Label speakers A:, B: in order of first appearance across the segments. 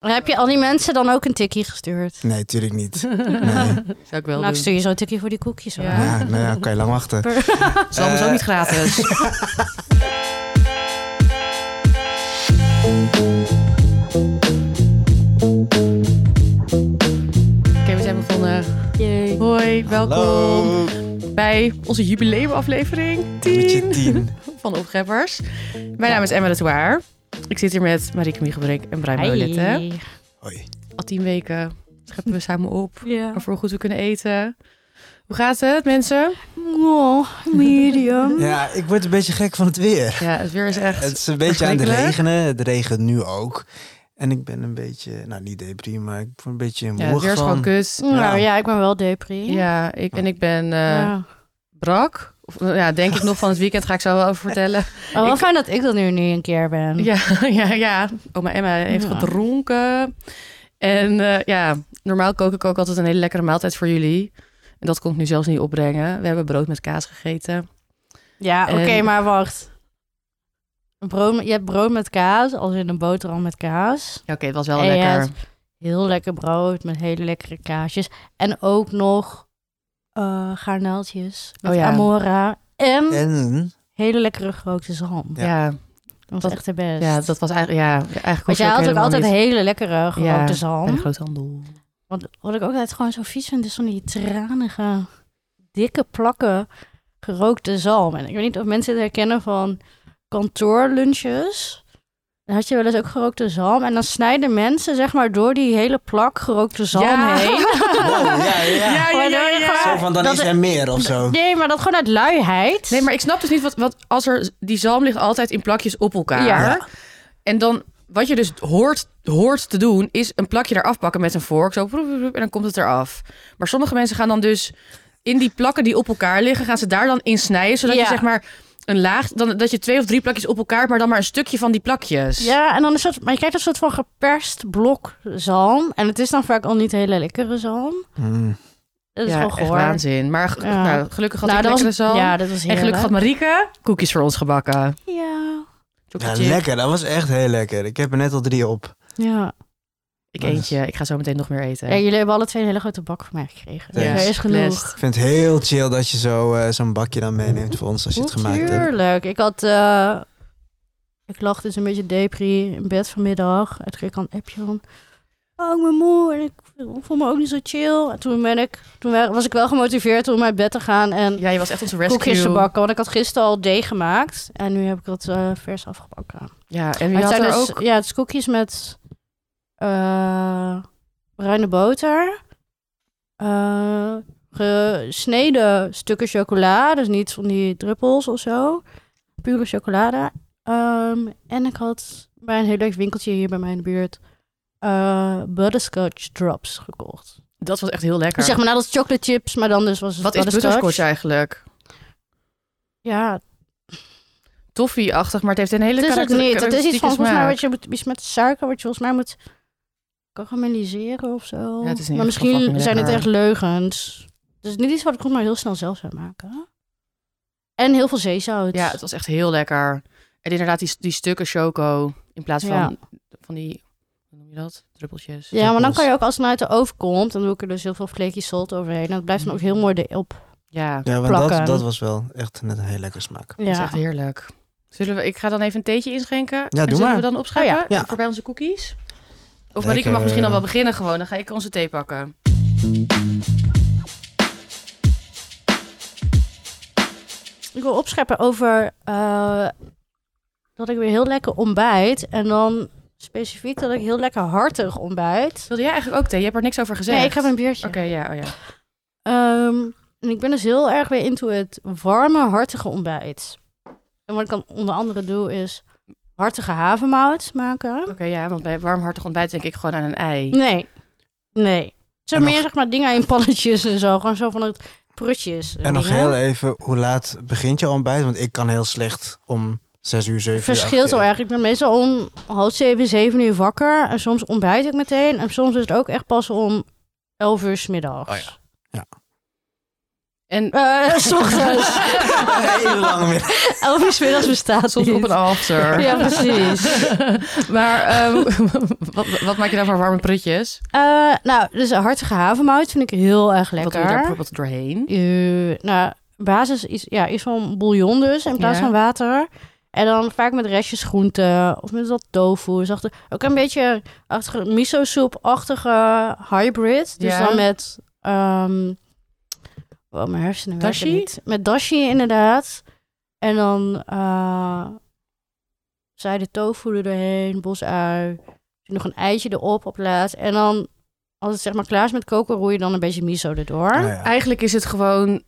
A: Heb je al die mensen dan ook een tikkie gestuurd?
B: Nee, tuurlijk niet. Nee.
C: Zou ik
A: nou,
C: wel
A: ik
C: doen.
A: stuur je zo'n tikkie voor die koekjes. hoor.
C: Ja.
B: Ja, nou ja, kan je lang wachten.
C: Het is allemaal zo niet gratis. Oké, we zijn begonnen.
A: Yay.
C: Hoi, welkom
B: Hallo,
C: bij onze jubileumaflevering 10
B: beetje tien.
C: van Opgeppers. Mijn naam is Emma de Toer. Ik zit hier met Marieke Miegebrink en Brian Molette.
A: Hey.
B: Hoi.
C: Al tien weken scheppen we samen op
A: Ja.
C: waarvoor we goed we kunnen eten. Hoe gaat het, mensen?
A: Oh, medium.
B: Ja, ik word een beetje gek van het weer.
C: Ja, het weer is echt...
B: Het is een beetje aan het
C: Verschrikkelijk.
B: regenen. Het regent nu ook. En ik ben een beetje, nou niet depri, maar ik word een beetje moe
C: Ja, het weer is gewoon
B: van.
C: kut.
A: Nou ja, ik ben wel depri.
C: Ja, ik, en ik ben eh,
A: Ja.
C: brak. Of, nou ja, denk ik nog van het weekend ga ik zo wel over vertellen.
A: Oh, wel
C: Ik-
A: fijn dat ik dat nu, nu een keer ben.
C: Ja, ja, ja. Oma Emma heeft
A: Ja.
C: gedronken. En eh, ja, normaal kook ik ook altijd een hele lekkere maaltijd voor jullie. En dat kon ik nu zelfs niet opbrengen. We hebben brood met kaas gegeten.
A: Ja, oké,
C: En-
A: maar wacht. Een Brood, met- je hebt brood met kaas, als in een boterham met kaas.
C: Ja, oké, het was wel
A: En je
C: lekker.
A: had Heel lekker brood met hele lekkere kaasjes. En ook nog eh garnaaltjes met
C: Oh ja.
A: amora. En,
B: En,
A: hele lekkere gerookte zalm.
B: Ja.
C: Ja, ja.
A: Dat was
C: Dat-
A: echt de best.
C: dat was eigenlijk... Ja, eigenlijk
A: Want
C: hoef je
A: jij had ook
C: helemaal
A: altijd
C: niet-
A: hele lekkere gerookte
C: Ja, bij
A: zalm.
C: de groothandel.
A: Want wat ik ook altijd gewoon zo vies vind, is van die tranige, dikke plakken gerookte zalm. En ik weet niet of mensen het herkennen van kantoorlunches. Dan had je wel eens ook gerookte zalm. En dan snijden mensen zeg maar door die hele plak gerookte zalm
C: Ja.
A: heen.
B: wow, ja, ja.
C: Ja, ja, ja, ja.
B: Zo van, dan
A: Dat
B: is
A: het-
B: er meer of zo.
A: Nee, maar dat gewoon uit luiheid.
C: Nee, maar ik snap dus niet wat, wat als er die zalm ligt altijd in plakjes op elkaar.
A: Ja.
C: En dan wat je dus hoort, hoort te doen is een plakje eraf pakken met een vork zo proep, proep, proep, en dan komt het eraf. Maar sommige mensen gaan dan dus in die plakken die op elkaar liggen gaan ze daar dan in snijden zodat
A: Ja.
C: je zeg maar een laag dan dat je twee of drie plakjes op elkaar hebt, maar dan maar een stukje van die plakjes.
A: Ja, en dan is dat, maar je krijgt een soort van geperst blok zalm. En het is dan vaak al niet hele lekkere zalm.
B: Mm.
A: Dat is
C: Ja,
A: gewoon
C: echt
A: goor.
C: waanzin. Maar ge-
A: Ja.
C: nou, gelukkig had ik
A: dat
C: lekkere
A: was,
C: zalm.
A: ja, dat was
C: en gelukkig had
A: heerlijk.
C: Marieke koekjes voor ons gebakken.
A: Ja,
B: Ja,
C: Chocolate chip.
B: lekker. Dat was echt heel lekker. Ik heb er net al drie op.
A: ja.
C: Ik eentje. Ik ga zo meteen nog meer eten.
A: Ja, jullie hebben alle twee een hele grote bak van mij gekregen.
B: Ja.
A: Ja, er is genoeg.
C: Blessed.
B: Ik vind het heel chill dat je zo, eh, zo'n bakje dan meeneemt voor ons als je het gemaakt hebt.
A: Natuurlijk. Ik had... eh, ik lag dus een beetje depri in bed vanmiddag. En toen kreeg ik al een appje van... Oh, ik ben moe en ik voel me ook niet zo chill. En toen ben ik... Toen wa- was ik wel gemotiveerd om uit bed te gaan en
C: Ja, je was echt onze rescue.
A: koekjes te bakken. Want ik had gisteren al deeg gemaakt. En nu heb ik dat eh, vers afgebakken.
C: Ja, en
A: Maar
C: wie
A: het
C: had
A: zijn
C: er
A: dus,
C: ook...
A: Ja, het is koekjes met eh, bruine boter. eh, gesneden stukken chocola. Dus niet van die druppels of zo. Pure chocolade. Ehm, en ik had bij een heel leuk winkeltje hier bij mij in de buurt... eh, butterscotch drops gekocht.
C: Dat was echt heel lekker.
A: Dus zeg maar, nou, dat is chocolate chips, maar dan dus was het
C: Wat is butterscotch eigenlijk?
A: Ja,
C: Toffee-achtig, maar het heeft een hele
A: Het is het
C: karakter-
A: niet. Het is iets
C: karakteristieke
A: van volgens mij
C: smaak.
A: wat je moet, iets met suiker, wat je volgens mij moet karamelliseren of zo.
C: Ja, het is in
A: maar
C: ieder geval
A: misschien
C: fucking
A: zijn het
C: lekker.
A: echt leugens. Dus niet iets wat ik gewoon maar heel snel zelf zou maken. En heel veel zeezout.
C: Ja, het was echt heel lekker. En inderdaad, die, die stukken choco in plaats van,
A: Ja.
C: van die... Hoe noem je dat? Druppeltjes.
A: Ja, maar dan kan je ook als het nou uit de oven komt, dan doe ik er dus heel veel vleekjes zout overheen. En dat blijft
C: Mm.
A: dan ook heel mooi op.
C: Ja,
B: Ja, want dat,
A: Plakken.
B: dat was wel echt net een heel lekker smaak.
C: dat is
A: Ja.
C: echt heerlijk. Zullen we... Ik ga dan even een theetje inschenken. en
B: doe
C: zullen
B: maar.
C: we dan opscheppen
A: Oh
B: Ja.
C: voor bij onze cookies? Of Marieke
B: Lekker.
C: mag misschien al wel beginnen gewoon. Dan ga ik onze thee pakken.
A: Ik wil opscheppen over eh, dat ik weer heel lekker ontbijt. En dan specifiek dat ik heel lekker hartig ontbijt.
C: Wilde jij eigenlijk ook thee? Je hebt er niks over gezegd.
A: Nee, ik heb een biertje.
C: Oké, ja, oh ja.
A: Ehm, en ik ben dus heel erg weer into het warme, hartige ontbijt. En wat ik dan onder andere doe is hartige havermout maken.
C: Oké, ja, want bij warmhartig ontbijt denk ik gewoon aan een ei.
A: Nee, nee. Zo
B: En nog-
A: meer zeg maar dingen in pannetjes en zo. Gewoon zo van het prutjes.
B: En nog
A: dingen.
B: heel even, hoe laat begint je ontbijt? Want ik kan heel slecht om 6 uur, 7 uur.
A: Verschilt wel
B: acht uur.
A: eigenlijk. Ik ben meestal om half zeven, zeven uur wakker. En soms ontbijt ik meteen. En soms is het ook echt pas om elf uur 's middags.
B: Oh ja. Ja.
C: En
A: Eh, s ochtends.
B: Hele lange middag.
A: Elf uur 's middags bestaat
C: soms op
A: niet.
C: een after.
A: Ja, precies.
C: maar ehm, wat, wat maak je dan voor warme prutjes?
A: Eh, nou, dus een hartige havermout vind ik heel erg lekker.
C: Wat doe je daar bijvoorbeeld doorheen?
A: Eh, nou, basis is, ja, is van bouillon dus in plaats
C: Ja.
A: van water. En dan vaak met restjes groenten of met wat tofu. Zachte, ook een beetje achtige, miso soep-achtige hybrid. Dus
C: Ja.
A: dan met... ehm oh, mijn hersenen werken
C: Dashi?
A: niet. Met dashi inderdaad. En dan eh zijde tofu er doorheen, bosui. Doe nog een eitje erop op laat. En dan, als het zeg maar klaar is met koken, roer je dan een beetje miso erdoor.
B: Nou ja.
C: Eigenlijk is het gewoon...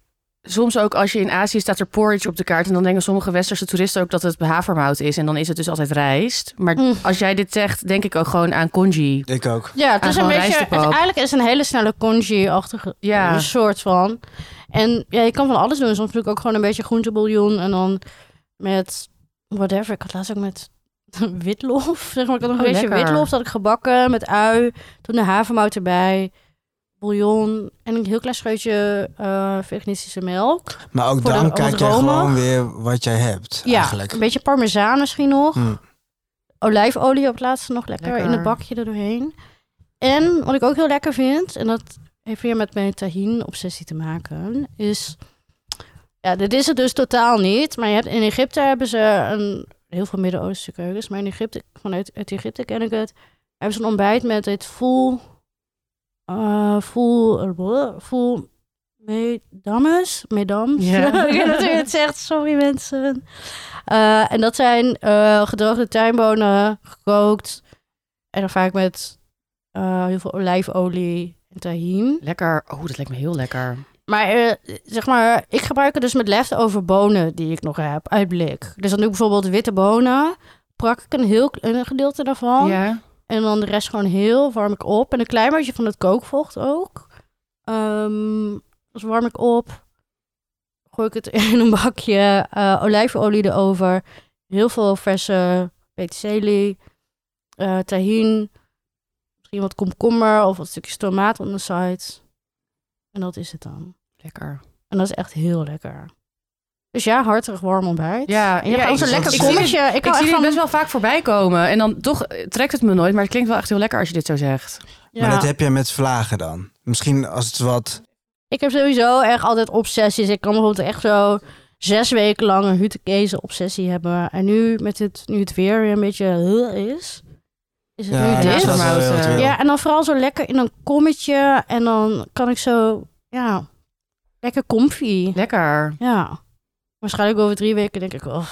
C: Soms ook als je in Azië staat er porridge op de kaart... en dan denken sommige westerse toeristen ook dat het havermout is... en dan is het dus altijd rijst. Maar
A: Mm.
C: als jij dit zegt, denk ik ook gewoon aan congee.
B: Ik ook.
A: Ja, het
C: Aan
A: is een
C: gewoon
A: beetje.
C: rijst
A: Het,
C: erop.
A: eigenlijk is het een hele snelle congee-achtige
C: Ja.
A: eh, soort van. En ja, je kan van alles doen. Soms doe ik ook gewoon een beetje groentebouillon en dan met whatever. Ik had laatst ook met witlof. Zeg maar, ik had nog
C: Oh,
A: een beetje
C: lekker.
A: witlof dat ik gebakken met ui. Toen de havermout erbij. Bouillon en een heel klein scheutje eh veganistische melk.
B: Maar ook
A: Voor de-
B: dan
A: wat
B: kijk jij
A: romig.
B: gewoon weer wat jij hebt.
A: Ja,
B: eigenlijk.
A: een beetje parmezaan misschien nog.
B: Hm.
A: olijfolie op het laatste nog lekker,
C: Lekker.
A: in het bakje er doorheen. En wat ik ook heel lekker vind, en dat heeft weer met mijn tahin-obsessie te maken, is... Ja, dit is het dus totaal niet. Maar je hebt, in Egypte hebben ze een, heel veel Midden-Oosterse keukens. Maar in Egypte, vanuit uit Egypte ken ik het, hebben ze een ontbijt met het full... eh full... full... Medames? Medams?
C: Ja.
A: ik weet niet hoe je het zegt. Sorry mensen. Eh, en dat zijn eh, gedroogde tuinbonen, gekookt. En dan vaak met eh, heel veel olijfolie en tahin.
C: Lekker. Oh, dat lijkt me heel lekker.
A: Maar eh, zeg maar, ik gebruik het dus met leftover bonen die ik nog heb uit blik. Dus dan doe ik bijvoorbeeld witte bonen. Prak ik een heel kle- een gedeelte daarvan.
C: Ja.
A: En dan de rest gewoon heel warm ik op. En een klein beetje van het kookvocht ook. Ehm dus warm ik op. Gooi ik het in een bakje. eh, olijfolie erover. Heel veel verse peterselie. eh tahin. Misschien wat komkommer of wat stukjes tomaat on the side. En dat is het dan.
C: Lekker.
A: En dat is echt heel lekker. Dus ja, hartig warm ontbijt.
C: Ja,
A: en je
C: ja,
A: hebt ook zo'n
B: ik-
A: lekker
B: ik zie dit-
A: kommetje. Ik,
C: Ik
A: hou echt
C: zie dit
A: van...
C: best wel vaak voorbij komen. En dan toch eh, trekt het me nooit. Maar het klinkt wel echt heel lekker als je dit zo zegt.
A: Ja.
B: Maar dat eh, heb jij met vlagen dan. Misschien als het wat...
A: Ik heb sowieso echt altijd obsessies. Ik kan bijvoorbeeld echt zo zes weken lang een hutekezen obsessie hebben. En nu, met het, nu het weer weer een beetje eh, is, is het
B: Ja,
A: nu
C: dat
A: dit.
C: is wel-
B: wel heel wat wil.
A: eh, Ja, en dan vooral zo lekker in een kommetje. En dan kan ik zo, ja, lekker comfy.
C: Lekker.
A: Ja. Waarschijnlijk over drie weken denk ik, oh,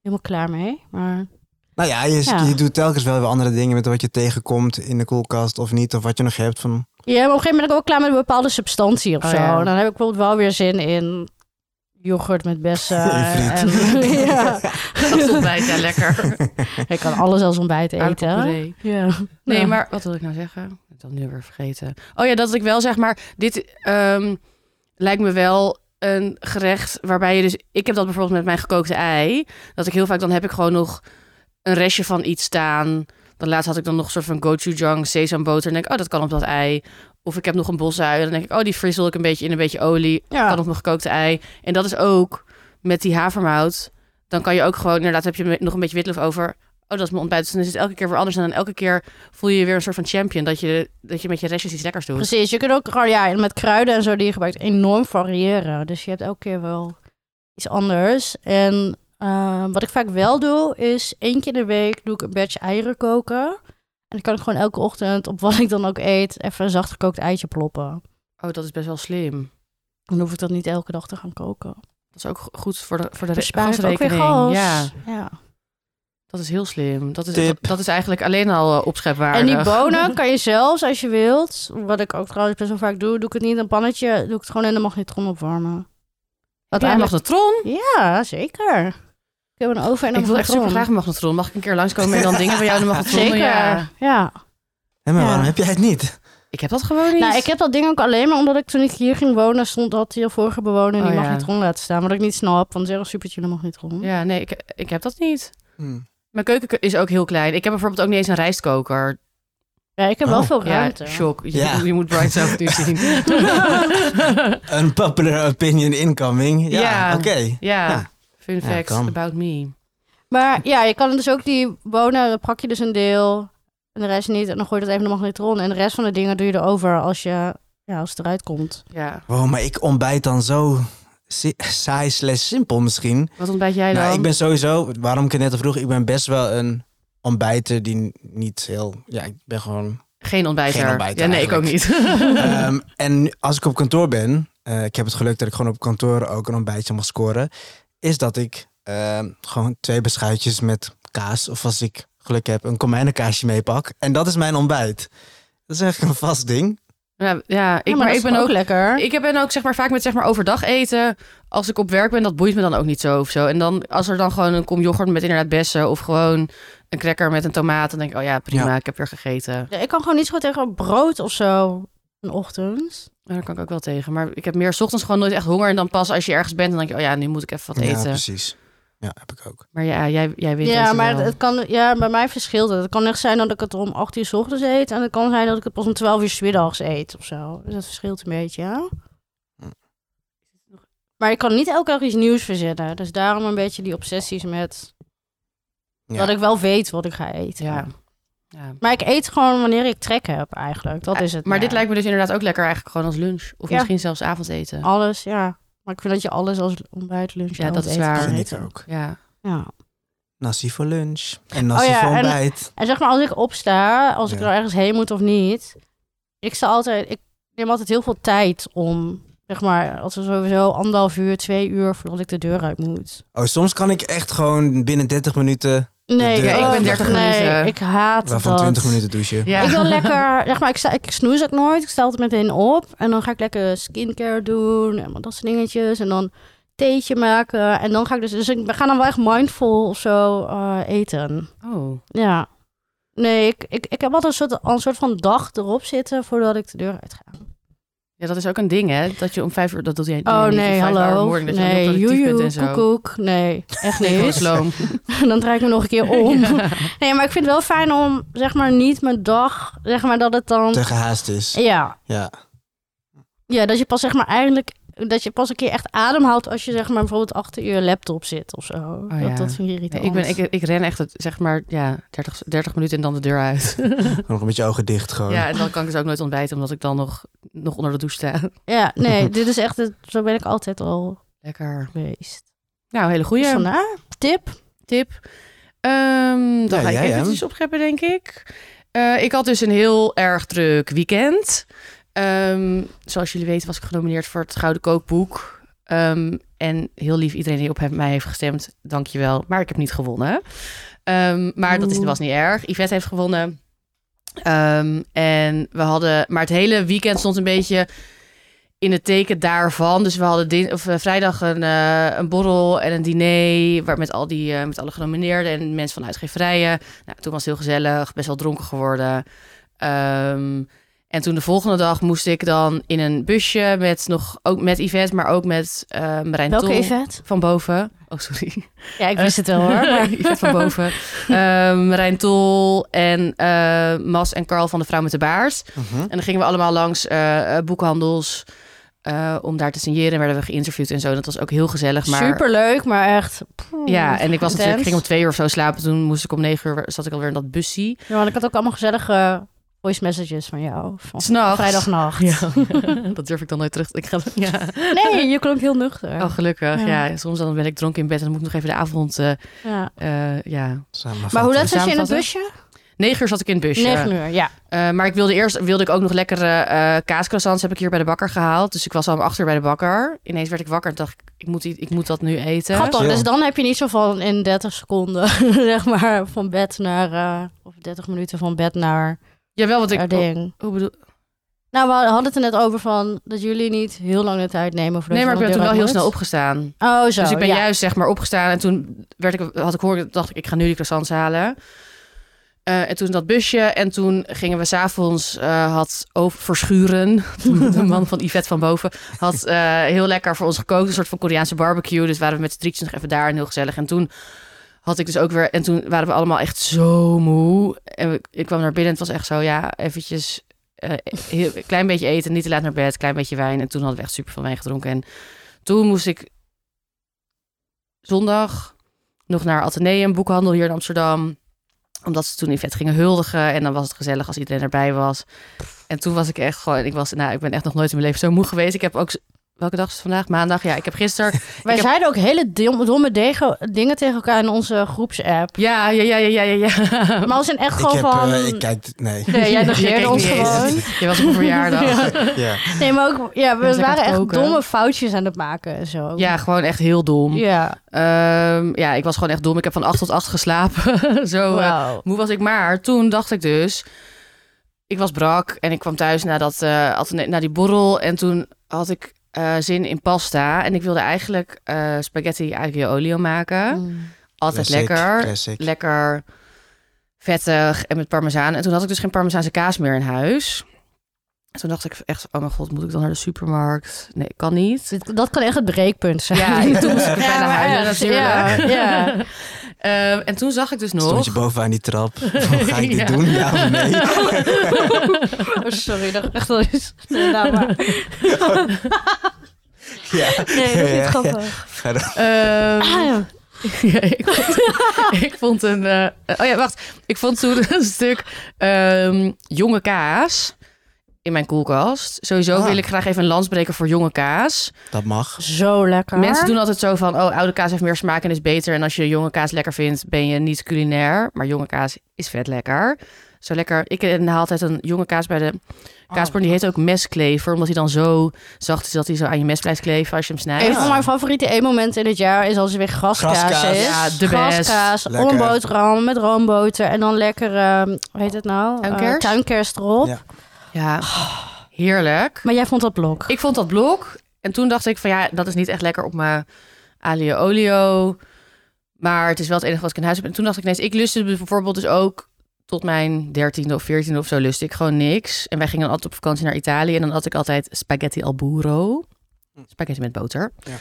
A: helemaal klaar mee. Maar
B: Nou ja je,
A: Ja.
B: je doet telkens wel weer andere dingen met wat je tegenkomt in de koelkast of niet. Of wat je nog hebt van...
A: ja, maar op een gegeven moment ben ik ook klaar met een bepaalde substantie of
C: Oh,
A: zo.
C: ja.
A: En dan heb ik bijvoorbeeld wel weer zin in yoghurt met bessen.
B: In friet.
A: en- ja.
C: Dat is ontbijt, ja, lekker.
A: Ik kan alles als ontbijt eten.
C: Aardappelpuree.
A: Ja.
C: Nee,
A: Ja.
C: maar wat wil ik nou zeggen? Ik heb dat nu weer vergeten. Oh ja, dat ik wel zeg maar, dit ehm, lijkt me wel een gerecht waarbij je dus... Ik heb dat bijvoorbeeld met mijn gekookte ei. Dat ik heel vaak, dan heb ik gewoon nog een restje van iets staan. Dan laatst had ik dan nog een soort van gochujang, sesamboter. En denk ik, oh, dat kan op dat ei. Of ik heb nog een bosui. En dan denk ik, oh, die frizzel ik een beetje in een beetje olie.
A: Ja.
C: kan op mijn gekookte ei. En dat is ook met die havermout. Dan kan je ook gewoon, inderdaad, heb je me- nog een beetje witlof over. Oh, dat is mijn ontbijt. Dus dan is het elke keer weer anders. En dan elke keer voel je je weer een soort van champion. Dat je, dat je met je restjes iets lekkers doet.
A: Precies, je kunt ook gewoon, ja, en met kruiden en zo die je gebruikt enorm variëren. Dus je hebt elke keer wel iets anders. En eh, wat ik vaak wel doe, is één keer in de week doe ik een batch eieren koken. En dan kan ik gewoon elke ochtend, op wat ik dan ook eet, even een zacht gekookt eitje ploppen.
C: Oh, dat is best wel slim.
A: Dan hoef ik dat niet elke dag te gaan koken.
C: Dat is ook go- goed voor de, voor de re-
A: Bespaar ik ook weer
C: gasrekening.
A: gas.
C: Ja,
A: ja.
C: dat is heel slim. Dat is, dat,
B: Tip.
C: dat is eigenlijk alleen al uh,
A: En
C: opschepwaardig.
A: die bonen kan je zelfs, als je wilt, wat ik ook trouwens best wel vaak doe, doe ik het niet in een pannetje, doe ik het gewoon in de magnetron opwarmen.
C: Wat
A: Wat
C: ja,
A: eigenlijk...
C: magnetron?
A: Ja, zeker. Ik heb een oven en een
C: Ik wil echt super
A: magnetron.
C: graag een magnetron. Mag ik een keer langskomen en dan dingen van jou in de magnetron? doen?
A: Zeker,
C: Ja.
A: ja.
B: Hé, maar
A: Ja.
B: waarom heb jij het niet?
C: Ik heb dat gewoon niet.
A: Nou, ik heb dat ding ook alleen maar omdat ik toen ik hier ging wonen, stond dat hier vorige bewoner
C: Oh,
A: die
C: ja.
A: magnetron laten staan. Wat ik niet snap, want zero supertje de magnetron.
C: Ja, nee, ik, ik heb dat niet.
B: Hm.
C: Mijn keuken is ook heel klein. Ik heb bijvoorbeeld ook niet eens een rijstkoker.
A: Ja, ik heb wel
B: Oh.
A: veel ruimte.
C: Ja, shock. Je,
B: Ja.
C: je moet Brian zelf nu zien.
B: Een popular opinion incoming. Ja,
C: Ja.
B: oké.
C: ja.
B: Ja.
C: fun
B: Ja,
C: facts
B: kan.
C: about me.
A: Maar ja, je kan dus ook die wonen, dan pak je dus een deel en de rest niet. En dan gooi je dat even in de magnetron. En de rest van de dingen doe je erover als, je, ja, als het eruit komt.
C: Ja.
B: Wow, maar ik ontbijt dan zo si- saai slash simpel misschien.
C: Wat ontbijt jij dan?
B: Nou, ik ben sowieso, waarom ik het net al vroeg, ik ben best wel een ontbijter die niet heel... Ja, ik ben gewoon...
C: Geen ontbijter.
B: Geen ontbijter
C: ja, nee, ik ook niet.
B: Ehm, en nu- als ik op kantoor ben, eh, ik heb het geluk dat ik gewoon op kantoor ook een ontbijtje mag scoren, is dat ik ehm, gewoon twee beschuitjes met kaas, of als ik geluk heb, een komijnenkaasje meepak. En dat is mijn ontbijt. Dat is eigenlijk een vast ding.
C: ja, Nou, ja, ik,
A: Ja,
C: maar,
A: dat
C: ik
A: is
C: ben ook...
A: lekker.
C: Ik ben ook zeg maar, vaak met zeg maar, overdag eten. Als ik op werk ben, dat boeit me dan ook niet zo of zo. En dan als er dan gewoon een kom yoghurt met inderdaad bessen... of gewoon een cracker met een tomaat... dan denk ik, oh ja, prima,
B: Ja.
C: ik heb weer gegeten.
A: Ja, ik kan gewoon niet zo goed tegen brood of zo in de ochtend.
C: Ja, daar kan ik ook wel tegen. Maar ik heb meer 's ochtends gewoon nooit echt honger. En dan pas als je ergens bent, dan denk je, oh ja, nu moet ik even wat
B: ja,
C: eten.
B: precies. Ja, heb ik ook.
C: Maar ja, jij, jij weet
A: Ja,
C: het
A: maar
C: wel.
A: het kan, ja, bij mij verschilt het. Het kan echt zijn dat ik het om 8 uur 's ochtends eet. En het kan zijn dat ik het pas om 12 uur 's middags eet of zo. Dus dat verschilt een beetje, ja.
B: Hm.
A: Maar ik kan niet elke dag iets nieuws verzinnen. Dus daarom een beetje die obsessies met...
B: Ja.
A: Dat ik wel weet wat ik ga eten.
C: Ja. ja.
A: Maar ik eet gewoon wanneer ik trek heb eigenlijk. Dat is het.
C: Maar
A: meer.
C: dit lijkt me dus inderdaad ook lekker eigenlijk gewoon als lunch. Of
A: Ja.
C: misschien zelfs avondeten.
A: Alles, ja. Maar ik vind dat je alles als ontbijt, lunch,
C: Ja, dat is
A: avondeten
C: waar.
A: kan
B: Vind ik
A: eten.
B: ook.
C: Ja.
A: Ja.
B: Nasi voor lunch en nasi
A: Oh ja,
B: voor
A: en-
B: ontbijt.
A: En zeg maar, als ik opsta, als ik
B: Ja.
A: er ergens heen moet of niet, ik sta altijd, ik neem altijd heel veel tijd om, zeg maar, als we sowieso anderhalf uur, twee uur voordat ik de deur uit moet.
B: Oh, soms kan ik echt gewoon binnen 30 minuten,
A: Nee,
B: De deur uit.
A: oh,
B: Ik ben 30
A: nee,
C: minuten.
A: ik haat
B: waarvan
A: dat.
B: 20 minuten douchen.
C: Ja.
A: Ik wil lekker, zeg maar, ik, sta, ik snoes ook nooit. Ik stel het meteen op. En dan ga ik lekker skincare doen en wat dat soort dingetjes. En dan theetje maken. En dan ga ik dus, dus ik ga dan wel echt mindful of zo eh, eten.
C: Oh.
A: Ja. Nee, ik, ik, ik heb altijd een soort, een soort van dag erop zitten voordat ik de deur uit ga.
C: Ja, dat is ook een ding, hè? Dat je om vijf uur... Dat doet jij doe
A: Oh
C: je niet
A: nee,
C: om vijf uur
A: hallo.
C: morgen, dat je dan heel
A: nee,
C: productief bent
A: joejoe,
C: en zo.
A: koekoek. Nee, echt
C: Nee, gewoon
A: niet.
C: sloom.
A: Dan draai ik me nog een keer om. Nee, maar ik vind het wel fijn om, zeg maar, niet mijn dag, zeg maar, dat het dan...
B: Te gehaast is.
A: Ja,
B: Ja.
A: ja, dat je pas, zeg maar, eigenlijk... Dat je pas een keer echt ademhaalt als je, zeg maar, bijvoorbeeld achter je laptop zit of zo. dat,
C: Oh, ja.
A: dat vind ik
C: Nee,
A: irritant.
C: ik, ben, ik, ik ren echt, het, zeg maar, ja, 30, 30 minuten en dan de deur uit.
B: Nog een beetje ogen dicht gewoon.
C: ja, en dan kan ik dus ook nooit ontbijten, omdat ik dan nog, nog onder de douche sta.
A: Ja, nee, dit is echt... het- Zo ben ik altijd al
C: Lekker.
A: geweest.
C: Nou, hele goede
A: Dus vandaar, tip.
C: tip. Ehm, dan
B: Ja,
C: ga ik
B: jij, hè?
C: eventjes opscheppen, denk ik. Eh, ik had dus een heel erg druk weekend. Ehm, zoals jullie weten was ik genomineerd voor het Gouden Kookboek. Ehm, en heel lief iedereen die op hem- mij heeft gestemd, dankjewel. Maar ik heb niet gewonnen. Ehm, maar dat is,
A: Oeh.
C: was niet erg. Yvette heeft gewonnen. Ehm, en we hadden, maar het hele weekend stond een beetje in het teken daarvan. Dus we hadden din- of, eh, vrijdag een, eh, een borrel en een diner waar met, al die, eh, met alle genomineerden en mensen van uitgeverijen. Nou, toen was het heel gezellig, best wel dronken geworden. Ehm, en toen de volgende dag moest ik dan in een busje met nog ook met Yvette, maar ook met eh Marijn
A: Welke
C: Tol
A: event?
C: van boven. Oh, sorry.
A: Ja, ik wist het wel hoor. Maar...
C: Yvette van boven. Ehm Rijn Tol en eh, Mas en Carl van de Vrouw met de Baars.
B: Mhm.
C: En dan gingen we allemaal langs eh, eh, boekhandels eh, om daar te signeren. En werden we geïnterviewd en zo. Dat was ook heel gezellig. Maar,
A: Superleuk, maar echt...
C: Ja, en ik was natuurlijk,
A: Intens.
C: ging om twee uur of zo slapen. Toen moest ik om negen uur, zat ik alweer in dat busje.
A: Ja, want ik had ook allemaal gezellige voice messages van jou. Van
C: S'nachts.
A: vrijdagnacht.
C: Ja, dat durf ik dan nooit terug. Ik ga, ja.
A: Nee, je klonk heel nuchter.
C: Oh, gelukkig. Ja.
A: Ja.
C: soms dan ben ik dronken in bed en dan moet ik nog even de avond... eh,
A: Ja.
C: eh, ja.
B: Samenvatten.
A: Maar hoe laat zat je in het
C: Samenvatten?
A: busje?
C: Negen uur zat ik in het busje.
A: Negen uur, ja.
C: Eh, maar ik wilde eerst wilde ik ook nog lekkere eh kaascroissants heb ik hier bij de bakker gehaald. Dus ik was al om acht uur bij de bakker. Ineens werd ik wakker en dacht ik, ik moet, i- ik moet dat nu eten.
A: Grappig,
B: Ja.
A: dus dan heb je niet zo van in 30 seconden, zeg maar, van bed naar... eh, of 30 minuten van bed naar
C: Jawel, want ik...
A: haar ding.
C: Oh, hoe bedoel,
A: Nou, we hadden het er net over van dat jullie niet heel lang de tijd nemen. Voordat
C: nee, maar
A: je
C: ik
A: van
C: ben
A: de
C: toen wel
A: deur
C: heel
A: uit
C: snel
A: moet.
C: opgestaan.
A: Oh, zo,
C: dus ik ben
A: ja.
C: juist zeg maar opgestaan. En toen werd ik, had ik horen, dacht ik, ik ga nu die croissants halen. Eh, en toen dat busje. En toen gingen we s'avonds, eh had over Verschuren, de man van Yvette van Boven, had eh, heel lekker voor ons gekookt. Een soort van Koreaanse barbecue. Dus waren we met z'n drietjes nog even daar en heel gezellig. En toen had ik dus ook weer... En toen waren we allemaal echt zo moe. En we- ik kwam naar binnen en het was echt zo, ja, eventjes... eh, heel, een klein beetje eten, niet te laat naar bed, klein beetje wijn. En toen hadden we echt super veel wijn gedronken. En toen moest ik zondag nog naar Atheneum, boekhandel hier in Amsterdam. Omdat ze toen in vet gingen huldigen. En dan was het gezellig als iedereen erbij was. En toen was ik echt gewoon... Ik, was, nou, ik ben echt nog nooit in mijn leven zo moe geweest. Ik heb ook... z- Welke dag is het vandaag? Maandag? Ja, ik heb gisteren
A: Wij
C: Ik heb-
A: zeiden ook hele dom- domme dege- dingen tegen elkaar in onze groepsapp.
C: Ja, ja, ja, ja, ja, ja. ja.
A: Maar als in echt
B: Ik,
A: gewoon
B: heb,
A: van...
B: eh, ik kijk, nee.
A: Nee, jij negeerde
C: keek
A: ons
C: niet eens.
A: gewoon.
C: Je was op een verjaardag. ja.
B: ja.
A: Nee, maar ook, ja, we
C: was lekker
A: waren
C: aan het
A: echt
C: koken.
A: domme foutjes aan het maken en zo.
C: gewoon echt heel dom.
A: Ja,
C: Ehm, ja, ik was gewoon echt dom. Ik heb van 8 tot 8 geslapen. Zo eh,
A: wauw.
C: moe was ik. Maar toen dacht ik dus... Ik was brak en ik kwam thuis na, dat, eh Athene- na die borrel. En toen had ik eh, zin in pasta. En ik wilde eigenlijk eh, spaghetti aglio olio maken.
A: Mm.
C: Altijd
B: Classic,
C: lekker.
B: classic.
C: lekker vettig en met parmezaan. En toen had ik dus geen parmezaanse kaas meer in huis. En toen dacht ik echt, oh mijn god, moet ik dan naar de supermarkt? Nee, kan niet.
A: Dit- Dat kan echt het breekpunt zijn.
C: Ja, en toen moest ik
A: Ja,
C: bijna
A: maar
C: huilen
A: echt,
C: natuurlijk.
A: ja, ja.
C: Ehm, en toen zag ik dus
B: Stond je
C: nog...
B: bovenaan die trap? Ga ik dit
C: Ja.
B: doen? Ja of nee?
A: Oh, sorry, dat echt wel eens. Nee, nou, maar-
B: Ja.
A: nee, dat is niet grappig.
B: Ga dan.
C: ehm,
A: Ah,
C: ja, ik, vond, ik vond een... eh, oh ja, wacht. Ik vond toen een stuk ehm, jonge kaas in mijn koelkast. Sowieso
B: Ah.
C: wil ik graag even een lans breken voor jonge kaas.
B: Dat mag.
A: Zo lekker.
C: Mensen doen altijd zo van, oh, oude kaas heeft meer smaak en is beter. En als je jonge kaas lekker vindt, ben je niet culinair. Maar jonge kaas is vet lekker. Zo lekker. Ik eh, haal altijd een jonge kaas bij de kaasboer. Die heet ook mesklever, omdat hij dan zo zacht is dat hij zo aan je mes blijft kleven als je hem snijdt.
A: Een van mijn favoriete eetmomenten in het jaar is als er weer graskaas,
B: Graskaas.
A: is.
C: Ja, de
A: Graskaas,
B: best.
A: op een
B: Lekker.
A: boterham met roomboter en dan lekker, ehm, hoe heet het nou? Eh,
C: Tuinkerst?
A: tuinkerst erop.
B: Ja.
C: Ja, heerlijk.
A: Maar jij vond dat blok.
C: Ik vond dat blok. En toen dacht ik van, ja, dat is niet echt lekker op mijn alio olio. Maar het is wel het enige wat ik in huis heb. En toen dacht ik ineens, ik lustte bijvoorbeeld dus ook tot mijn dertiende of veertiende of zo lustte ik gewoon niks. En wij gingen dan altijd op vakantie naar Italië en dan had ik altijd spaghetti al burro. Spaghetti met boter.
B: Ja.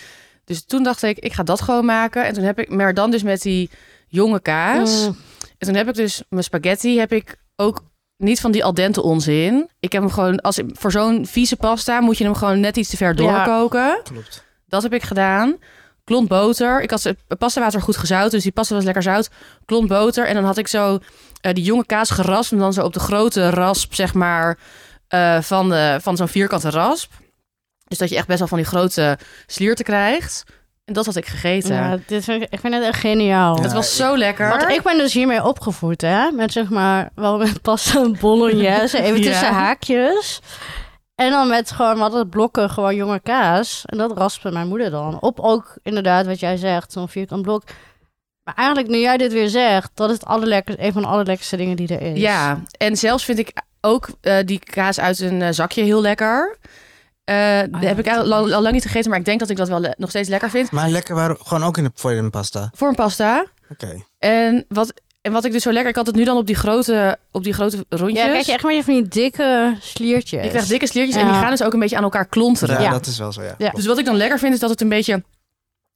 C: Dus toen dacht ik, ik ga dat gewoon maken. En toen heb ik, maar dan dus met die jonge kaas.
A: Mm.
C: En toen heb ik dus mijn spaghetti heb ik ook niet van die al dente onzin. Ik heb hem gewoon als voor zo'n vieze pasta moet je hem gewoon net iets te ver
A: Ja.
C: doorkoken.
B: Klopt.
C: Dat heb ik gedaan. Klont boter. Ik had het pastawater goed gezout, dus die pasta was lekker zout. Klont boter en dan had ik zo eh, die jonge kaas geraspt en dan zo op de grote rasp zeg maar eh, van de van zo'n vierkante rasp. Dus dat je echt best wel van die grote slierten krijgt. En dat had ik gegeten.
A: Ja, dit vind ik, ik vind het echt geniaal.
C: Het
B: Ja,
C: was zo lekker.
A: Want ik ben dus hiermee opgevoed, hè? Met zeg maar wel met pasta en bolognese, even
C: Ja.
A: tussen haakjes. En dan met gewoon, we hadden het blokken gewoon jonge kaas. En dat raspte mijn moeder dan. Op ook inderdaad wat jij zegt, zo'n vierkant blok. Maar eigenlijk, nu jij dit weer zegt, dat is het allerlekker, een van de allerlekkerste dingen die er is.
C: Ja, en zelfs vind ik ook eh, die kaas uit een eh, zakje heel lekker. Eh dat
A: Oh ja,
C: heb ik al, al, al lang niet gegeten, maar ik denk dat ik dat wel le- nog steeds lekker vind.
B: Maar lekker waren gewoon ook in de, voor je in de pasta.
C: Voor een pasta.
B: Oké.
C: En wat, en wat ik dus zo lekker... Ik had het nu dan op die grote, op die grote rondjes.
A: Ja, kijk je echt met je van die dikke sliertjes.
C: ik krijg dikke sliertjes en
A: Ja.
C: die gaan dus ook een beetje aan elkaar klonteren.
B: Ja,
A: Ja.
B: dat is wel zo, ja.
A: Ja.
C: Dus wat ik dan lekker vind is dat het een beetje...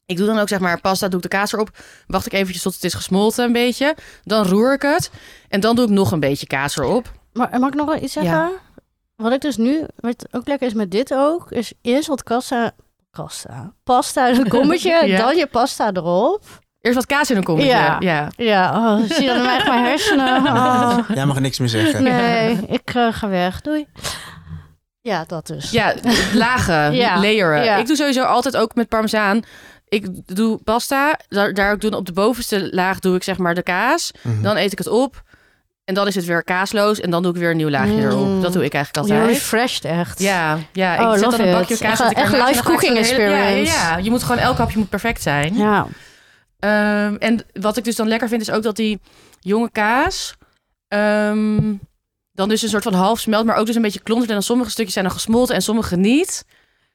C: Ik doe dan ook zeg maar pasta, doe ik de kaas erop. Wacht ik eventjes tot het is gesmolten een beetje. Dan roer ik het. En dan doe ik nog een beetje kaas erop.
A: Maar eh, mag ik nog wel iets zeggen?
C: Ja.
A: Wat ik dus nu, wat ook lekker is met dit ook, is eerst wat kassa, kassa, pasta in een kommetje,
C: Ja.
A: dan je pasta erop.
C: Eerst wat kaas in een kommetje.
A: Ja.
C: ja.
A: Ja, oh, zie je dan echt mijn hersenen. Oh,
B: Jij mag niks meer zeggen.
A: nee, ik eh, ga weg. Doei. Ja, dat dus.
C: Ja, lagen,
A: Ja,
C: layeren.
A: ja.
C: Ik doe sowieso altijd ook met parmezaan. Ik doe pasta, daar, daar ook doen op de bovenste laag doe ik zeg maar de kaas.
B: Mhm.
C: Dan eet ik het op en dan is het weer kaasloos en dan doe ik weer een nieuw laagje
A: Mm. Oh,
C: erop. Dat doe ik eigenlijk
A: Je
C: altijd.
A: refreshed echt.
C: Ja, ja. Ik
A: Oh,
C: zet
A: love
C: dan een bakje
A: it.
C: kaas.
A: Echt-
C: zet ik
A: echt
C: ernaast en
A: live
C: dan ga ik
A: cooking
C: zo de hele- ja,
A: experience.
C: Ja, ja, je moet gewoon elk hapje moet perfect zijn.
A: Ja.
C: Ehm, en wat ik dus dan lekker vind is ook dat die jonge kaas ehm, dan dus een soort van half smelt, maar ook dus een beetje klontert. En dan sommige stukjes zijn dan gesmolten en sommige niet.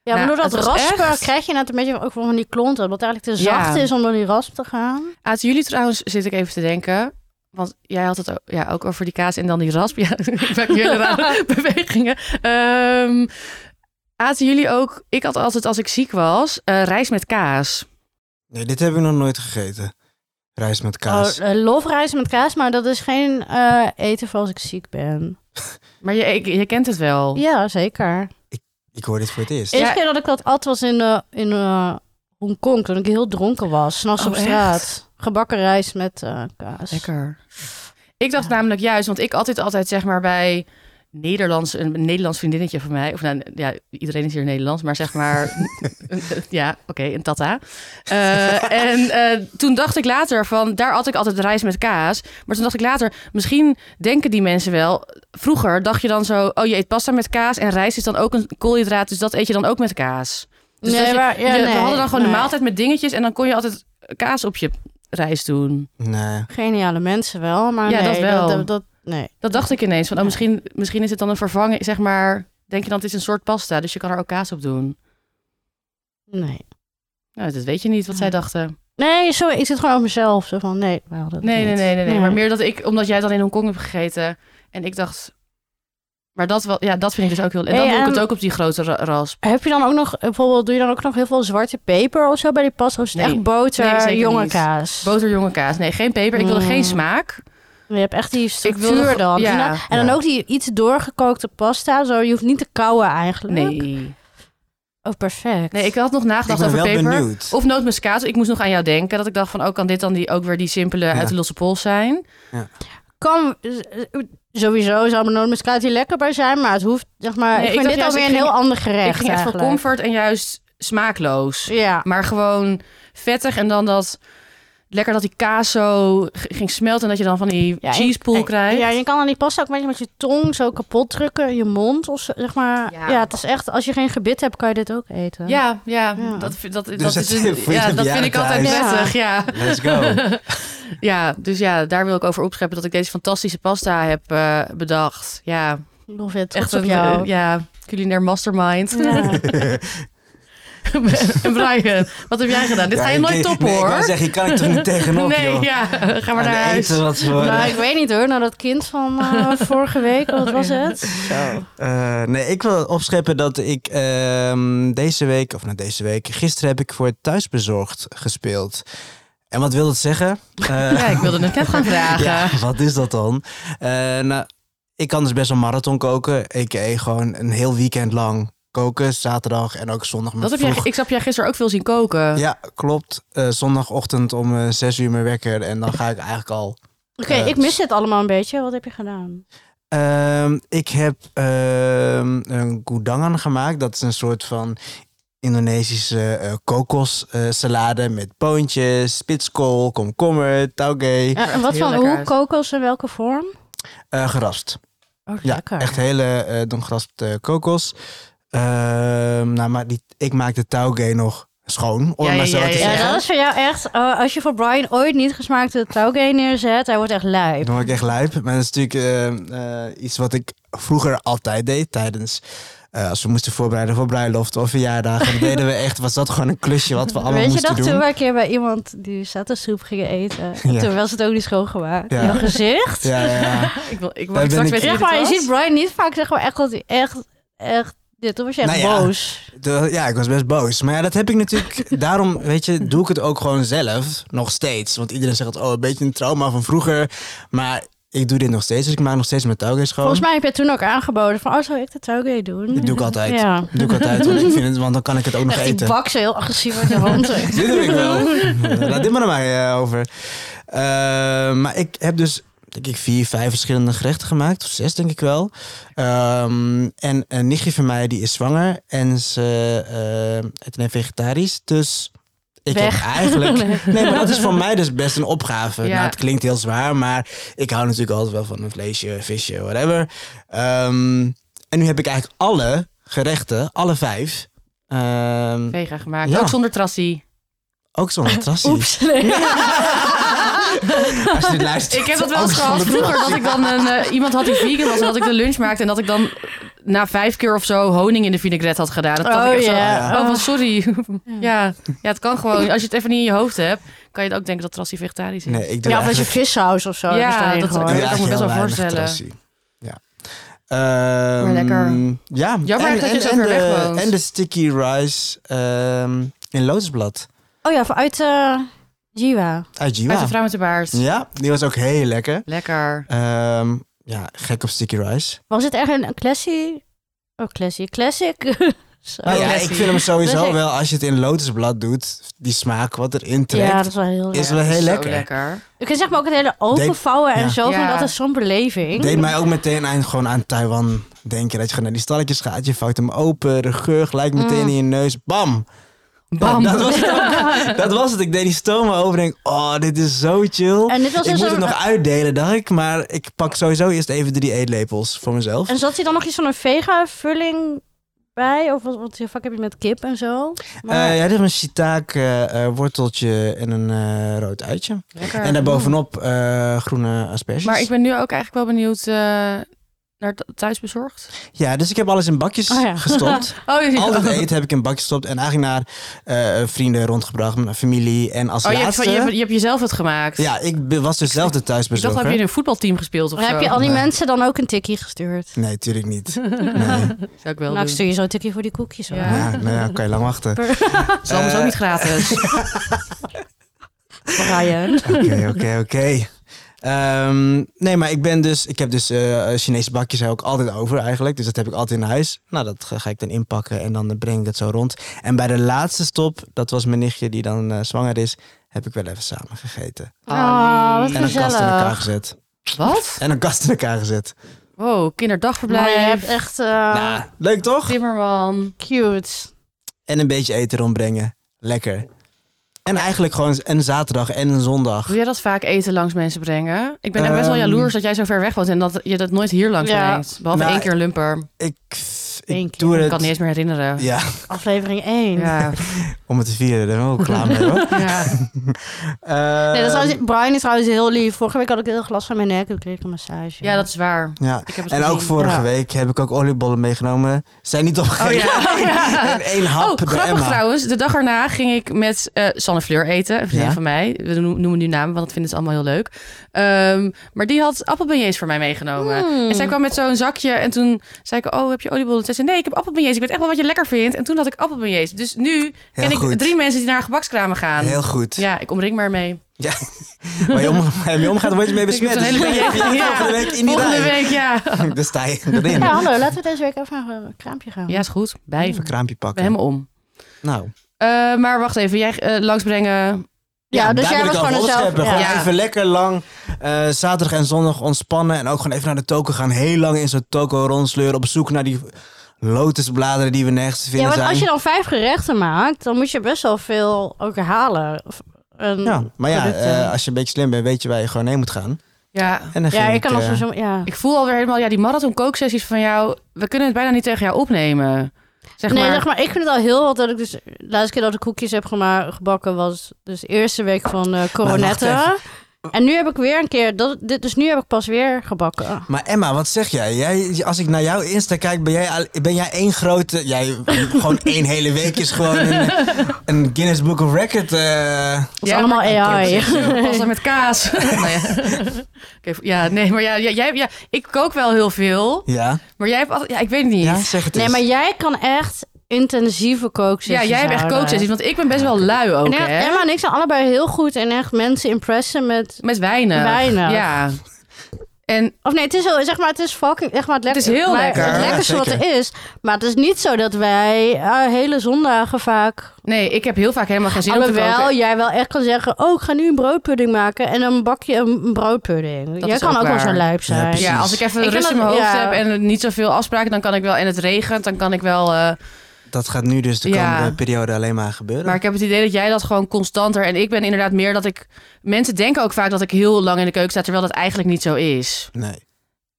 A: Ja, maar
C: Nou,
A: door dat
C: het was
A: raspen
C: echt-
A: krijg je net een beetje ook van die klonten. Wat eigenlijk te
C: Ja.
A: zacht is om door die rasp te gaan.
C: Aan jullie trouwens zit ik even te denken. Want jij had het ook, ja, ook over die kaas en dan die rasp. Ja, ik maak nu hele rare bewegingen. Ehm aten jullie ook... Ik had altijd, als ik ziek was, eh, rijst met kaas.
B: Nee, dit heb ik nog nooit gegeten. Rijst met kaas.
A: Oh, eh, lofrijst met kaas, maar dat is geen eh, eten voor als ik ziek ben.
C: Maar je, ik- je kent het wel.
A: Ja, zeker.
B: Ik hoor dit voor het eerst.
A: De eerste
C: Ja.
A: keer dat ik dat at was in, eh, in eh, Hongkong, toen ik heel dronken was. S'nachts
C: Oh,
A: op
C: echt?
A: straat. Gebakken rijst met eh, kaas.
C: Lekker. Ik dacht
A: Ja.
C: namelijk juist, want ik altijd altijd zeg maar bij Nederlands, een Nederlands vriendinnetje van mij, of nou ja, iedereen is hier Nederlands, maar zeg maar, ja, oké, een tata. Eh, en eh, toen dacht ik later van, daar had ik altijd rijst met kaas, maar toen dacht ik later, misschien denken die mensen wel, vroeger dacht je dan zo, oh je eet pasta met kaas en rijst is dan ook een koolhydraat, dus dat eet je dan ook met kaas. Dus dat je-
A: maar, ja,
C: je-
A: nee,
C: we hadden dan gewoon
A: nee.
C: de maaltijd met dingetjes en dan kon je altijd kaas op je rijst doen.
B: Nee.
A: Geniale mensen wel, maar
C: Ja,
A: nee,
C: dat wel.
A: Dat, dat- nee.
C: Dat dacht ik ineens. Van, oh,
A: Ja.
C: misschien, misschien is het dan een vervanging, zeg maar. Denk je dan, het is een soort pasta, dus je kan er ook kaas op doen.
A: Nee.
C: Nou, dat weet je niet, wat zij
A: Nee.
C: dachten.
A: Nee, sorry, ik zit gewoon op mezelf. Zo van, nee, we hadden het
C: Nee, nee,
A: niet.
C: nee, nee, nee. Maar meer dat ik, omdat jij dan in Hongkong hebt gegeten. En ik dacht... Maar dat, wel, ja, dat vind ik dus ook heel... En dan
A: Hey,
C: doe ik het
A: en-
C: ook op die grote ra- rasp.
A: Heb je dan ook nog, bijvoorbeeld, doe je dan ook nog heel veel zwarte peper of zo bij die pasta? Of is het
C: Nee.
A: echt boter,
C: Nee, zeker
A: jonge
C: niet.
A: kaas?
C: Boter, jonge kaas. Nee, geen peper. Ik wilde
A: Mm.
C: geen smaak.
A: Je hebt echt die structuur
C: wilde ge-
A: dan.
C: ja.
A: En dan- En dan
B: Ja.
A: ook die iets doorgekookte pasta. Zo, je hoeft niet te kauwen eigenlijk.
C: Nee.
A: Oh, perfect.
C: Nee, ik had nog
B: Ik
C: nagedacht
B: ben
C: over
B: wel
C: peper.
B: benieuwd.
C: Of nootmuskaat. Ik moest nog aan jou denken. Dat ik dacht van, oh, kan dit dan die, ook weer die simpele uit de losse pols zijn?
A: kan eh, sowieso zou mijn nootmuskaat hier lekker bij zijn, maar het hoeft zeg maar.
C: Nee,
A: ik
C: ik
A: vind
C: dacht
A: dit
C: juist,
A: alweer
C: ik
A: een
C: ging-
A: heel ander gerecht.
C: ik ging echt voor
A: eigenlijk.
C: comfort en juist smaakloos.
A: Ja,
C: Maar gewoon vettig en dan dat... Lekker dat die kaas zo g- ging smelten en dat je dan van die
A: Ja, en-
C: cheese pool
A: en-
C: krijgt.
A: ja, je kan dan die pasta ook een beetje met je tong zo kapot drukken in je mond of zo, zeg maar. Ja.
C: Ja.
A: het is echt als je geen gebit hebt, kan je dit ook eten.
C: ja, ja,
A: Ja.
C: dat, vind- dat,
B: Dus
C: dat,
B: het
C: is
B: is
C: een-
B: voor
C: ja,
B: je
C: dat vind ik altijd
A: bejaardentehuis.
C: prettig. Ja.
B: Let's go.
C: ja, dus ja, daar wil ik over opscheppen dat ik deze fantastische pasta heb eh, bedacht. Ja,
A: Love it,
C: echt
A: trots op
C: een eh,
A: jou.
C: ja, culinair mastermind.
A: Ja.
C: en Brian, wat heb jij gedaan? Dit
B: Ja,
C: ga je
B: ik-
C: nooit toppen
B: nee,
C: hoor.
B: Ik wou zeggen, je kan ik toch niet tegenop,
C: nee,
B: joh.
C: ja, ga maar
B: Aan de
C: naar huis.
B: eten wat ze worden.
A: Nou, ik weet niet hoor. Nou, dat kind van eh, vorige week, wat was
C: Ja.
A: het? Zo.
B: Eh, nee, ik wil opscheppen dat ik ehm, deze week, of nou deze week, gisteren heb ik voor thuisbezorgd gespeeld. En wat wil dat zeggen? Eh,
C: Ja, ik wilde het net gaan vragen.
B: ja, wat is dat dan? Eh, nou, ik kan dus best een marathon koken. Ik eet gewoon een heel weekend lang koken. Zaterdag en ook zondag. met
C: Dat heb jij,
B: vroeg-
C: ik heb jij gisteren ook veel zien koken.
B: Ja, klopt. Eh, zondagochtend om eh, 6 uur mijn wekker. En dan ga ik eigenlijk al
A: Oké,
B: Eh,
A: ik mis dit allemaal een beetje. Wat heb je gedaan?
B: Ehm, ik heb ehm, een goedangan gemaakt. Dat is een soort van Indonesische eh kokossalade met poontjes, spitskool, komkommer, tauge,
A: Ja, Eh, en wat
C: heel
A: van
C: lekker
A: hoe
C: uit.
A: kokos in welke vorm?
B: eh, geraspt.
A: Oh,
B: Ja,
A: lekker.
B: echt hele eh dan geraspte kokos. Ehm, nou, maar die, ik maak de tauge nog schoon, om
C: Ja,
B: het maar zo
C: ja, ja,
B: te
C: ja,
A: Ja,
B: zeggen.
A: dat is voor jou echt. eh, als je voor Brian ooit niet gesmaakte tauge neerzet, hij wordt echt lui.
B: Dan word ik echt lijp. Maar dat is natuurlijk eh, eh, iets wat ik vroeger altijd deed tijdens... eh, als we moesten voorbereiden voor bruiloften of verjaardagen. Dan deden we echt, was dat gewoon een klusje wat we allemaal
A: Weet je
B: moesten
A: dat
B: doen.
A: toen we een keer bij iemand die satésoep gingen eten, en
B: Ja.
A: toen was het ook niet schoongemaakt.
B: Ja.
A: Jouw gezicht.
B: Ja, ja, ja.
C: Ik, wil, ik,
B: Daar
C: word straks
B: ben ik-
C: weten
A: Zeg
C: wie
A: maar, je
C: dit was.
A: ziet Brian niet vaak zeg maar echt dat hij echt, echt, dit, toen was je echt
B: Nou ja.
A: boos.
B: De- ja, ik was best boos. Maar ja, dat heb ik natuurlijk... Daarom, weet je, doe ik het ook gewoon zelf. Nog steeds. Want iedereen zegt, oh, een beetje een trauma van vroeger. Maar ik doe dit nog steeds. Dus ik maak nog steeds mijn touwgees schoon.
A: Volgens mij heb je toen ook aangeboden van, oh, zou ik de tauge doen?
B: Dat doe ik altijd.
A: Ja.
B: Dat doe ik altijd, want, ik vind het, want dan kan ik het ook nog
A: Echt, die
B: eten.
A: bak zo heel agressief uit je hand.
B: Dit doe ik wel. Laat dit maar naar mij eh, over. Eh, maar ik heb dus denk ik vier, vijf verschillende gerechten gemaakt. Of zes denk ik wel. Ehm, en een nichtje van mij die is zwanger. En ze eh eet alleen vegetarisch. Dus ik
A: Weg.
B: heb eigenlijk... Nee, maar dat is voor mij dus best een opgave.
C: Ja.
B: Nou, het klinkt heel zwaar, maar ik hou natuurlijk altijd wel van een vleesje, visje, whatever. Ehm, en nu heb ik eigenlijk alle gerechten, alle vijf... ehm,
C: Vega gemaakt.
B: Ja.
C: Ook zonder trassie.
B: ook zo'n trassie.
A: Oeps. nee.
B: Als je dit luistert. Oh,
C: Ik heb dat wel eens
B: Ook
C: gehad
B: zonder
C: vroeger
B: trassie.
C: dat ik dan een, eh, iemand had die vegan was en dat ik de lunch maakte en dat ik dan na vijf keer of zo honing in de vinaigrette had gedaan. Dat dacht
A: Oh
C: ik echt zo,
A: ja.
C: Oh, van sorry.
A: Ja.
C: Ja. ja, het kan gewoon. Als je het even niet in je hoofd hebt, kan je het ook denken dat trassie vegetarisch is.
B: Nee, ik doe
A: Ja, of als je
B: eigenlijk,
A: vissaus of zo.
C: Ja,
A: dus daarin
C: dat-
B: ik
A: gewoon.
B: doe
C: dat kan ik me best wel
B: heel weinig
C: voorstellen.
B: trassie. Ja. Ehm,
C: Maar lekker.
B: Ja.
C: Jammer
B: en,
C: dat je
B: en-
C: zo
B: en
C: ver
B: de-
C: weg woont.
B: En de sticky rice ehm, in Lotusblad.
A: Oh ja, vanuit... eh, Jiwa.
B: Uit
C: Uit
B: Jiwa.
C: de vrouw met de baard.
B: Ja, die was ook heel lekker.
C: Lekker.
B: Ehm, ja, gek op sticky rice.
A: Was het echt een classy? Oh, classy. Classic? Zo.
B: Nou ja,
C: classy.
B: ik vind hem sowieso
A: Classic.
B: wel, als je het in lotusblad doet, die smaak wat erin trekt.
A: Ja, dat is wel heel leuk.
B: Is wel
C: Ja,
B: heel
C: zo
B: lekker.
A: Ik zeg maar ook het hele
B: Deed-
A: openvouwen en
B: ja.
A: zo, van
C: Ja.
A: dat is zo'n beleving.
B: Deed mij ook meteen aan, gewoon aan Taiwan denken. Dat je gewoon naar die stalletjes gaat, je vouwt hem open, de geur gelijk meteen
A: Mm.
B: in je neus. Bam!
C: Bam.
B: Ja, Nou, dat, was het ook. dat was het. Ik deed die stoom over en denk, oh, dit is zo chill.
A: En dit was
B: ik
A: dus
B: moet het
A: een-
B: nog uitdelen, dacht ik. Maar ik pak sowieso eerst even drie eetlepels voor mezelf.
A: En zat hier dan nog iets van een vega-vulling bij? Of wat, wat de fuck heb je met kip en zo? Maar-
B: Eh, ja, dit is een shiitake eh, eh, worteltje en een eh, rood uitje.
C: Lekker.
B: En daarbovenop eh, groene asperges.
C: Maar ik ben nu ook eigenlijk wel benieuwd eh, naar th- thuis bezorgd.
B: Ja, dus ik heb alles in bakjes
A: Oh ja.
B: gestopt.
C: Oh, je
B: Al het eten heb ik in bakjes gestopt. En eigenlijk naar eh, vrienden rondgebracht, naar familie. En als
C: Oh, je hebt,
B: laatste...
C: van- je, hebt, je hebt jezelf het gemaakt.
B: Ja, ik be- was dus zelf de
C: Ik dacht,
B: thuisbezorger.
C: heb je in een voetbalteam gespeeld of
A: Maar
C: zo?
A: heb je al die
B: Nee.
A: mensen dan ook een tikkie gestuurd?
B: Nee, tuurlijk niet. Nee.
C: Zou ik
A: nou,
C: wel
A: ik
C: doen.
A: stuur je zo'n tikkie voor die koekjes. hoor.
C: Ja.
B: Ja, nou ja, kan je lang wachten. Oké,
C: Het is allemaal
B: Eh.
C: ook niet gratis.
A: Brian.
B: oké, oké. Ehm, nee, maar ik ben dus, ik heb dus eh, Chinese bakjes hou ik altijd over eigenlijk. Dus dat heb ik altijd in huis. Nou, dat ga ga ik dan inpakken en dan breng ik het zo rond. En bij de laatste stop, dat was mijn nichtje die dan eh, zwanger is, heb ik wel even samen gegeten.
A: Oh, wat
B: En een kast in
A: gezellig.
B: elkaar gezet.
C: Wat?
B: En een kast in elkaar gezet.
C: Wow,
A: Maar je
C: kinderdagverblijf.
A: hebt echt
C: Ah.
A: eh,
B: Nou, leuk toch?
C: Timmerman.
A: cute.
B: En een beetje eten rondbrengen. Lekker. En eigenlijk gewoon een zaterdag en een zondag.
C: Doe jij dat vaak eten langs mensen brengen? Ik ben echt best wel
B: Ehm.
C: jaloers dat jij zo ver weg woont en dat je dat nooit hier langs
A: Ja.
C: brengt. Behalve
B: Nou,
C: één keer een lumper.
B: Ik,
A: Eén keer.
B: ik doe
C: Ik
B: het.
C: kan het niet eens meer herinneren.
B: Ja,
A: Aflevering 1.
C: Ja.
B: om het te vieren. Daar ben ik ook klaar mee hoor.
C: Ja.
B: Ehm,
A: Nee, dat is trouwens- Brian is trouwens heel lief. Vorige week had ik heel glas van mijn nek. Ik kreeg een massage.
C: Ja, dat is waar.
B: ja.
C: Ik heb het
B: En
C: gezien.
B: ook vorige
A: Ja.
B: week heb ik ook oliebollen meegenomen. Zijn niet
C: Oh
B: opgegeten.
C: ja. Oh, ja.
B: En één hap
C: Oh,
B: bij
C: grappig
B: Emma.
C: trouwens. De dag erna ging ik met eh, Sanne Fleur eten. Een vriendin
B: Ja.
C: van mij. We no- noemen nu namen, want dat vinden ze allemaal heel leuk. Ehm, maar die had appelbeignets voor mij meegenomen.
B: Hmm.
A: Mm.
C: En zij kwam met zo'n zakje. En toen zei ik, oh, heb je oliebollen? Zij zei, nee, ik heb appelbeignets. Ik weet echt wel wat je lekker vindt. En toen had ik appelbeignets. Dus nu
B: Heel
C: ken ik
B: goed.
C: drie mensen die naar gebakskramen gaan.
B: Heel goed.
C: Ja, ik omring maar mee.
B: Waar je om- waar je mee omgaat, word je mee
C: Ik heb
B: besmet.
C: zo'n
B: Dus
C: hele
B: je
C: week-
B: hebt
C: Ja.
B: volgende week in die
C: Volgende
B: rij.
C: week, ja.
B: Daar sta je erin.
A: Ja, hallo. Laten we deze week even naar een kraampje gaan.
C: Ja, is goed. Bij.
B: Even een kraampje
C: Ik ben
B: pakken.
C: helemaal om.
B: Nou,
C: Eh, maar wacht even, jij eh, langsbrengen.
A: Ja, dus
B: daar
A: jij
B: wil
A: was
B: ik
A: gewoon
B: over
A: een zelf...
B: opscheppen.
A: Ja.
B: Gewoon
C: Ja.
B: even lekker lang eh, zaterdag en zondag ontspannen. En ook gewoon even naar de toko gaan. Heel lang in zo'n toko rondsleuren. Op zoek naar die lotusbladeren die we nergens te
A: Ja,
B: vinden
A: want als je
B: zijn.
A: dan vijf gerechten maakt, dan moet je best wel veel ook herhalen. Of een-
B: Ja, maar ja,
A: producten.
B: eh, als je een beetje slim bent, weet je waar je gewoon heen moet gaan.
C: Ja.
B: En dan
A: ja,
B: ging
A: ik kan als
B: eh,
A: we zo... Ja.
C: Ik voel alweer helemaal, ja, die marathon kooksessies van jou, we kunnen het bijna niet tegen jou opnemen. Zeg
A: nee,
C: maar.
A: zeg maar, ik vind het al heel wat dat ik dus... De laatste keer dat ik koekjes heb gema- gebakken was dus de eerste week van eh coronetten. En nu heb ik weer een keer... Dat, dit, dus nu heb ik pas weer gebakken.
B: Maar Emma, wat zeg jij? jij? Als ik naar jouw Insta kijk, ben jij, al- ben jij één grote... Jij, gewoon één hele week is gewoon een, een Guinness Book of Record. eh,
A: Dat is
C: Ja,
A: allemaal
B: maar-
A: AI.
C: Pas dan met kaas. nou ja. Oké, ja, nee, maar ja, ja, jij, ja, ik kook wel heel veel,
B: ja.
C: maar jij hebt altijd, ja, ik weet het niet.
B: ja,
C: Ja,
B: zeg het
A: Nee,
B: eens.
A: maar jij kan echt intensieve kooksessies
C: jij hebt echt
A: houden.
C: kooksessies, want ik ben best wel lui ook,
A: En Emma-
C: hè.
A: Emma en ik zijn allebei heel goed in echt mensen impressen met...
C: Met wijnen.
A: Weinig.
C: Ja. En
A: Of nee, het is, heel- zeg maar, het is fucking echt maar het,
C: Het
A: lekker,
C: is heel
A: maar
C: lekker.
A: Het
C: Ja,
A: lekkerste wat
B: zeker.
A: er is. Maar het is niet zo dat wij eh, hele zondagen vaak
C: nee, ik heb heel vaak helemaal geen zin om te
A: Alhoewel
C: koken.
A: jij wel echt kan zeggen, oh, ik ga nu een broodpudding maken. En dan bak je een een broodpudding.
C: Dat
A: jij
C: is
A: kan
C: ook
A: ook, wel
C: waar.
A: zo'n lijp zijn.
B: precies.
C: Ja, als ik even
A: Ik
C: rust
A: vind
C: in mijn
A: dat-
C: hoofd
A: ja.
C: heb en niet zoveel afspraken, dan kan ik wel, en het regent, dan kan ik wel... eh,
B: Dat gaat nu dus de
C: Ja.
B: komende periode alleen maar gebeuren.
C: Maar ik heb het idee dat jij dat gewoon constanter. En ik ben inderdaad meer dat ik. Mensen denken ook vaak dat ik heel lang in de keuken sta, terwijl dat eigenlijk niet zo is.
B: Nee.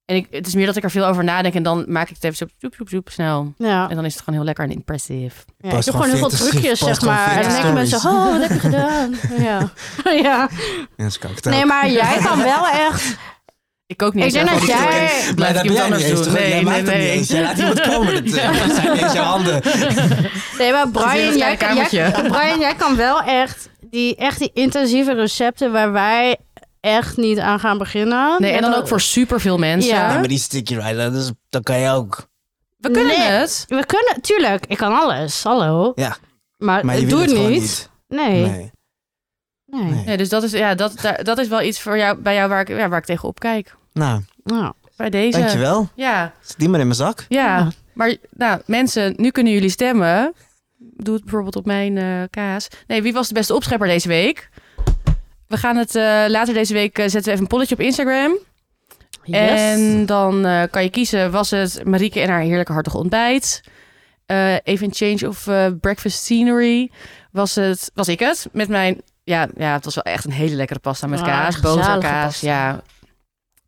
C: En ik, het is meer dat ik er veel over nadenk en dan maak ik het even zo zoep, zoep, zoep, snel.
A: Ja.
C: En dan is het gewoon heel lekker en impressive.
A: Ja, ik heb gewoon heel veel
B: 40
A: trucjes,
B: post
A: zeg maar. En dan
B: 40
A: denken mensen,
B: stories.
A: oh, wat heb je gedaan? Ja. ja.
B: Ja, dat kan ik het ook.
A: Nee, maar jij kan wel echt...
C: Ik kook niet
A: Ik
C: eens
A: denk
C: zelf,
A: dat
C: want ik
A: jij...
C: doe-
B: Maar
C: Blijf
B: dat
C: ik
B: ben
C: iemand
B: jij niet
C: anders
B: eens,
C: doen.
B: toch?
C: Nee,
B: jij maakt
C: nee,
B: het niet
C: nee.
B: eens. Jij laat iemand komen. Dat, eh, dat zijn niet eens jouw handen.
A: Nee, maar Brian,
C: het
A: jij kan,
C: kleine
A: jij,
C: kamertje.
A: Brian, jij kan wel echt die, echt die intensieve recepten waar wij echt niet aan gaan beginnen.
C: Nee, en dan
A: Dat-
C: ook voor superveel mensen.
A: Ja.
B: Nee, maar die sticky rider, dat, is- dat kan je ook.
C: We kunnen
A: Nee.
C: het.
A: We kunnen, tuurlijk, ik kan alles, hallo.
B: Ja.
A: Maar,
C: Ah,
B: Maar
A: ik
B: je
A: doe
B: wil
A: het
B: het gewoon
A: niet.
B: niet.
A: Nee.
B: Nee.
A: Nee.
B: Nee.
C: Nee, dus dat is, ja, dat, daar- dat is wel iets voor jou, bij jou waar ik, ja, waar ik tegenop kijk.
B: Nou,
A: Nou,
C: Bij deze.
B: dankjewel.
C: Ja,
B: Zit die maar in mijn zak?
C: ja.
A: Ja.
C: Maar nou, mensen, nu kunnen jullie stemmen. Doe het bijvoorbeeld op mijn eh, kaas. Nee, wie was de beste opschepper deze week? We gaan het eh, later deze week eh, zetten we even een polletje op Instagram.
A: yes.
C: En dan eh, kan je kiezen, was het Marieke en haar heerlijke hartige ontbijt? Eh, even een change of eh, breakfast scenery? Was, het, was ik het? Met mijn, ja, ja, het was wel echt een hele lekkere pasta met
A: Ah,
C: kaas.
A: gezalige
C: Boterkaas,
A: pasta.
C: ja.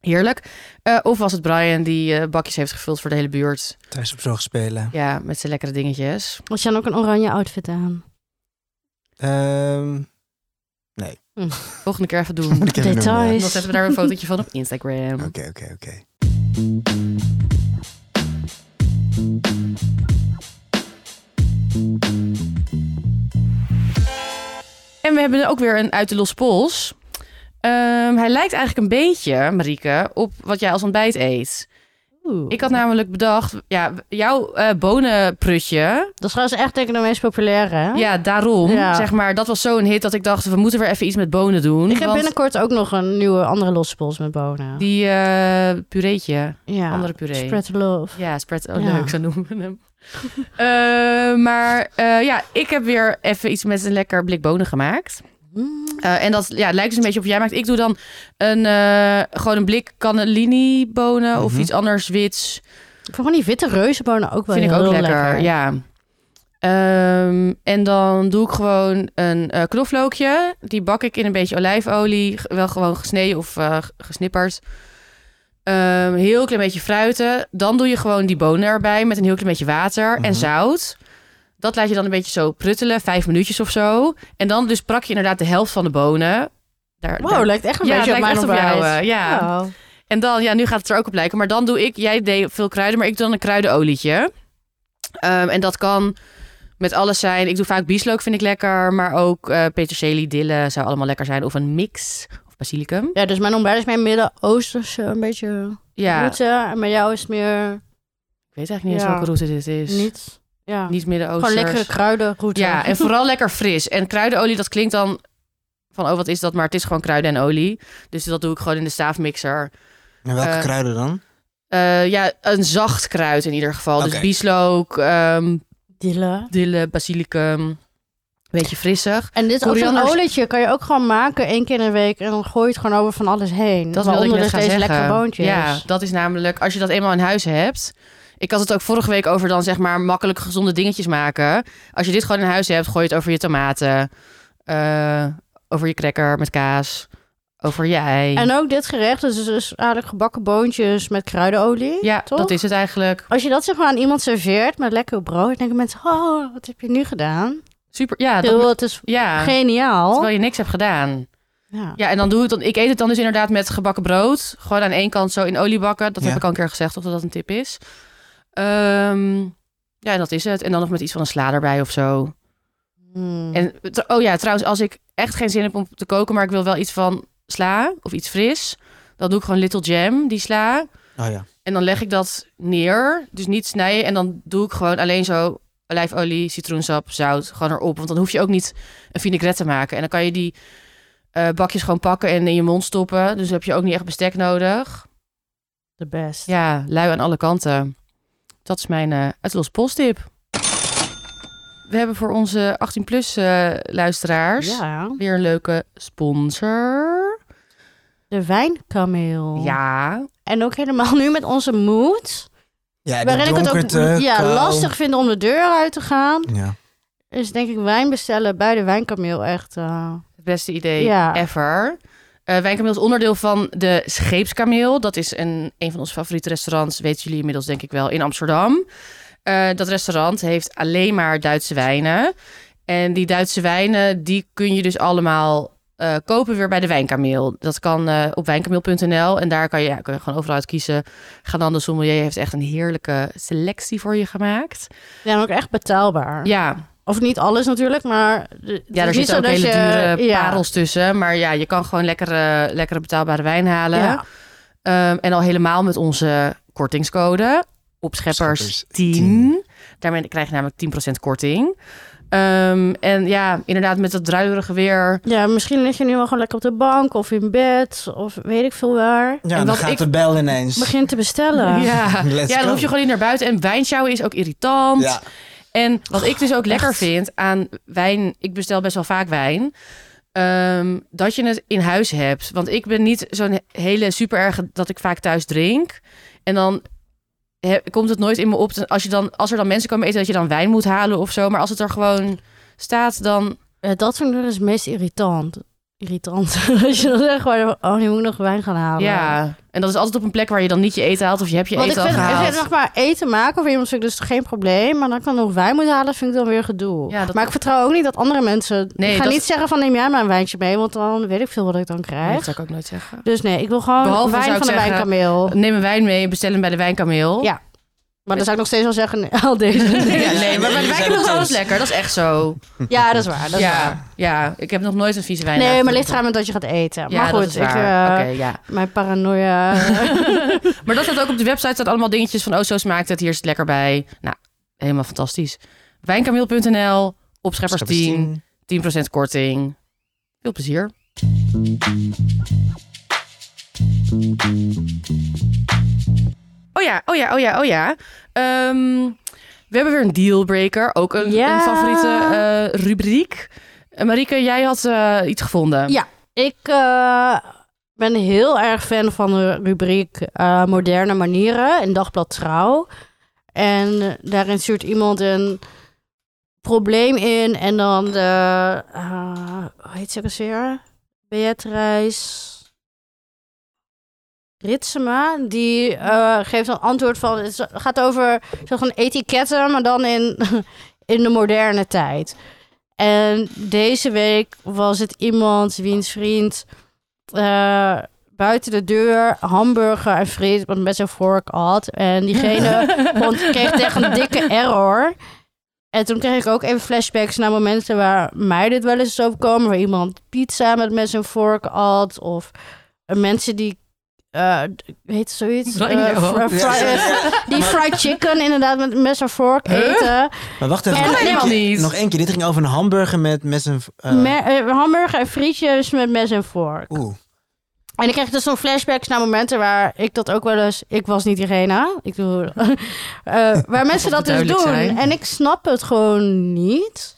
C: Heerlijk. Eh, of was het Brian die eh, bakjes heeft gevuld voor de hele buurt?
B: Thuis op zorg spelen.
C: Ja, met zijn lekkere dingetjes.
A: Was Jan ook een oranje outfit aan?
B: Ehm,
C: Volgende keer even doen.
B: moet ik even noemen.
A: Details.
C: En dan zetten we daar een fotootje van op Instagram.
B: Oké, oké, oké.
C: En we hebben ook weer een uit de los pols. Ehm, hij lijkt eigenlijk een beetje, Marieke, op wat jij als ontbijt eet. Ik had namelijk bedacht, ja, jouw eh, bonenprutje,
A: Dat is trouwens echt denk ik de meest populaire, hè?
C: ja, daarom,
A: Ja.
C: zeg maar, dat was zo'n hit dat ik dacht, we moeten weer even iets met bonen doen.
A: Ik heb
C: want
A: binnenkort ook nog een nieuwe andere losse pols met bonen.
C: Die eh, pureetje,
A: ja.
C: andere puree.
A: Spread the love.
C: Ja, spread. Oh,
A: Ja.
C: leuk, zo noemen we hem. Eh, maar eh, ja, ik heb weer even iets met een lekker blik bonen gemaakt.
A: Mm.
C: Eh, en dat ja, lijkt dus een beetje op wat jij maakt. Ik doe dan een, eh, gewoon een blik cannellini bonen of
B: Mhm.
C: iets anders wits.
A: Vooral die witte reuzenbonen ook wel
C: Vind ik
A: heel
C: ook
A: Ja.
C: lekker, ja. Ehm, en dan doe ik gewoon een eh knoflookje. Die bak ik in een beetje olijfolie. G- Wel gewoon gesneden of eh, g- gesnipperd. Ehm, heel klein beetje fruiten. Dan doe je gewoon die bonen erbij met een heel klein beetje water en
B: Mhm.
C: zout. Dat laat je dan een beetje zo pruttelen, vijf minuutjes of zo. En dan dus prak je inderdaad de helft van de bonen. Daar, daar-
A: Wow, lijkt echt een
C: ja,
A: beetje
C: het
A: op
C: lijkt
A: mijn
C: echt op jou.
A: ontbijt. Oh.
C: eh, ja.
A: Wow.
C: En dan, ja, nu gaat het er ook op lijken. Maar dan doe ik, jij deed veel kruiden, maar ik doe dan een kruidenolietje. Ehm, en dat kan met alles zijn. Ik doe vaak bieslook, vind ik lekker. Maar ook eh, peterselie, dille zou allemaal lekker zijn. Of een mix. Of basilicum.
A: Ja, dus mijn ontbijt is meer Midden-Oosterse, een beetje
C: Ja,
A: route. En bij jou is het meer
C: ik weet eigenlijk niet eens
A: Ja.
C: welke route dit is.
A: niet. Ja,
C: niet
A: gewoon
C: Midden-Oosters.
A: lekkere kruidenroute.
C: Dus Ja, en vooral lekker fris. En kruidenolie, dat klinkt dan van, oh, wat is dat? Maar het is gewoon kruiden en olie. Dus dat doe ik gewoon in de staafmixer.
B: En welke
C: Eh,
B: kruiden dan?
C: Eh, ja, een zacht kruid in ieder geval. Dus
B: Oké.
C: bieslook, ehm,
A: Dille.
C: dille, basilicum. Beetje frissig.
A: En dit ook zo'n
C: Korianders-
A: olietje kan je ook gewoon maken één keer in de week. En dan gooi je het gewoon over van alles heen.
C: Dat wilde ik
A: Waaronder
C: net
A: dus
C: gaan
A: deze
C: zeggen.
A: lekkere boontjes.
C: Ja, dat is namelijk als je dat eenmaal in huis hebt. Ik had het ook vorige week over dan zeg maar makkelijk gezonde dingetjes maken. Als je dit gewoon in huis hebt, gooi je het over je tomaten. eh, over je cracker met kaas. Over je ei.
A: En ook dit gerecht, dus, dus eigenlijk gebakken boontjes met kruidenolie.
C: ja,
A: toch?
C: dat is het eigenlijk.
A: Als je dat zeg maar aan iemand serveert met lekker brood, dan denken mensen, oh, wat heb je nu gedaan?
C: Super. Ja,
A: Ik bedoel,
C: dat,
A: het is
C: ja
A: geniaal.
C: terwijl je niks hebt gedaan.
A: Ja.
C: Ja, en dan doe ik dan. Ik eet het dan dus inderdaad met gebakken brood. Gewoon aan één kant zo in olie bakken. Dat
B: Ja.
C: heb ik al een keer gezegd, of dat dat een tip is. Ehm, ja, en dat is het. En dan nog met iets van een sla erbij of zo.
A: Hmm.
C: En tr- oh ja, trouwens, als ik echt geen zin heb om te koken, maar ik wil wel iets van sla of iets fris, dan doe ik gewoon little jam, die sla.
B: Oh ja.
C: En dan leg ik dat neer. Dus niet snijden. En dan doe ik gewoon alleen zo olijfolie, citroensap, zout. Gewoon erop. Want dan hoef je ook niet een vinaigrette te maken. En dan kan je die eh, bakjes gewoon pakken en in je mond stoppen. Dus dan heb je ook niet echt bestek nodig.
A: de best.
C: Ja, lui aan alle kanten. Dat is mijn eh uit de los postip. We hebben voor onze 18-plus eh, luisteraars
A: Ja.
C: weer een leuke sponsor.
A: de wijnkameel.
C: Ja,
A: En ook helemaal nu met onze mood,
B: Ja,
A: waarin ik het ook ja, lastig vind om de deur uit te gaan,
B: Ja.
A: is denk ik wijn bestellen bij de wijnkameel echt... eh,
C: Het beste idee
A: Ja.
C: ever. Eh Wijnkameel is onderdeel van de Scheepskameel. Dat is een, een van onze favoriete restaurants, weten jullie inmiddels denk ik wel, in Amsterdam. Eh, dat restaurant heeft alleen maar Duitse wijnen. En die Duitse wijnen, die kun je dus allemaal eh, kopen weer bij de Wijnkameel. Dat kan eh, op wijnkameel.nl en daar kan je, ja, kun je gewoon overal uit kiezen. Ganan de Sommelier heeft echt een heerlijke selectie voor je gemaakt.
A: ja, en ook echt betaalbaar.
C: Ja,
A: Of niet alles natuurlijk, maar...
C: ja, er zitten ook hele dure parels tussen. Maar ja, je kan gewoon lekkere, lekkere betaalbare wijn halen.
A: Ja.
C: Ehm, en al helemaal met onze kortingscode. Opscheppers10.
B: Scheppers 10.
C: Daarmee krijg je namelijk 10% korting. Ehm, en ja, inderdaad met dat druilerige weer.
A: Ja, misschien lig je nu wel gewoon lekker op de bank of in bed of weet ik veel waar.
B: Ja,
C: En
B: dan
C: wat
B: gaat
C: ik-
B: de bel ineens.
A: Begin te bestellen.
C: Ja,
B: Let's
C: ja dan
B: go.
C: hoef je gewoon niet naar buiten. En wijnsjouwen is ook irritant.
B: Ja,
C: En wat ik dus ook lekker
A: Oh, echt.
C: vind aan wijn, ik bestel best wel vaak wijn, ehm, dat je het in huis hebt. Want ik ben niet zo'n he- hele super erg dat ik vaak thuis drink. En dan he- komt het nooit in me op. te- Als, je dan, als er dan mensen komen eten, dat je dan wijn moet halen of zo. Maar als het er gewoon staat, dan.
A: Eh, dat vind ik dus het meest irritant. Irritant. Als je dan zegt, gewoon, oh, nu moet ik nog wijn gaan halen.
C: Ja. En dat is altijd op een plek waar je dan niet je eten haalt of je hebt je
A: Want ik
C: eten al
A: vind, ik
C: gehaald.
A: vind nog maar eten maken voor iemand vind ik dus geen probleem. Maar dan kan nog wijn moeten halen, vind ik dan weer gedoe.
C: Ja, dat-
A: Maar ik vertrouw ook niet dat andere mensen...
C: Nee,
A: ik ga
C: dat-
A: niet zeggen van neem jij maar een wijntje mee, want dan weet ik veel wat ik dan
C: Nee,
A: krijg.
C: dat zou ik ook nooit zeggen.
A: Dus nee, ik wil gewoon
C: Behalve zou
A: wijn
C: ik
A: van de
C: zeggen-
A: wijnkameel.
C: Neem een wijn mee, bestel hem bij de wijnkameel.
A: Ja. Maar dan zou ik nog steeds wel zeggen, al deze.
C: Nee, maar bij de
B: jullie zijn
C: wijnkameel is
B: nog
C: alles
B: steeds.
C: lekker. Dat is echt zo.
A: ja, dat is waar. Dat is
C: ja,
A: waar.
C: ja, ik heb nog nooit een vieze wijn.
A: Nee, maar ligt
C: ligt
A: eraan met dat je gaat eten.
C: Ja,
A: maar
C: dat
A: goed,
C: is
A: ik,
C: waar.
A: eh,
C: Oké, ja.
A: mijn paranoia.
C: Maar dat staat ook op de website, staat allemaal dingetjes van... oh, zo smaakt het, hier is het lekker bij. Nou, helemaal fantastisch. Wijnkameel.nl, opscheppers 10, 10% korting. Veel plezier. Oh ja, oh ja, oh ja, oh ja. Ehm, we hebben weer een dealbreaker, ook een,
A: Ja.
C: een favoriete eh, rubriek. Eh, Marieke, jij had eh, iets gevonden.
A: Ja. ik eh, ben heel erg fan van de rubriek eh, Moderne Manieren in Dagblad Trouw. En daarin stuurt iemand een probleem in en dan de... eh, hoe heet ze ook eens weer? Beatrice... Ritsema, die eh, geeft een antwoord van... Het gaat over soort van etiketten, maar dan in, in de moderne tijd. En deze week was het iemand wiens vriend eh, buiten de deur hamburger en friet met zijn vork had. En diegene vond, kreeg echt een dikke error. En toen kreeg ik ook even flashbacks naar momenten waar mij dit wel eens is overkomen. Waar iemand pizza met, met zijn vork at. Of mensen die... eh heet het zoiets?
C: Rhino.
A: Eh, fr- fr- die fried chicken inderdaad met mes en vork
C: Huh?
A: eten.
B: Maar wacht even,
A: Dat
B: nog
A: kan
B: één,
C: helemaal niet.
B: keer, nog één keer. Dit ging over een hamburger met, met zijn... eh,
A: Me- eh, hamburger en frietjes met mes en vork.
B: Oeh.
A: En ik kreeg dus zo'n flashbacks naar momenten waar ik dat ook wel eens... Ik was niet diegene. Ik doe, eh, waar mensen dat dus doen.
C: duidelijk zijn.
A: En ik snap het gewoon niet.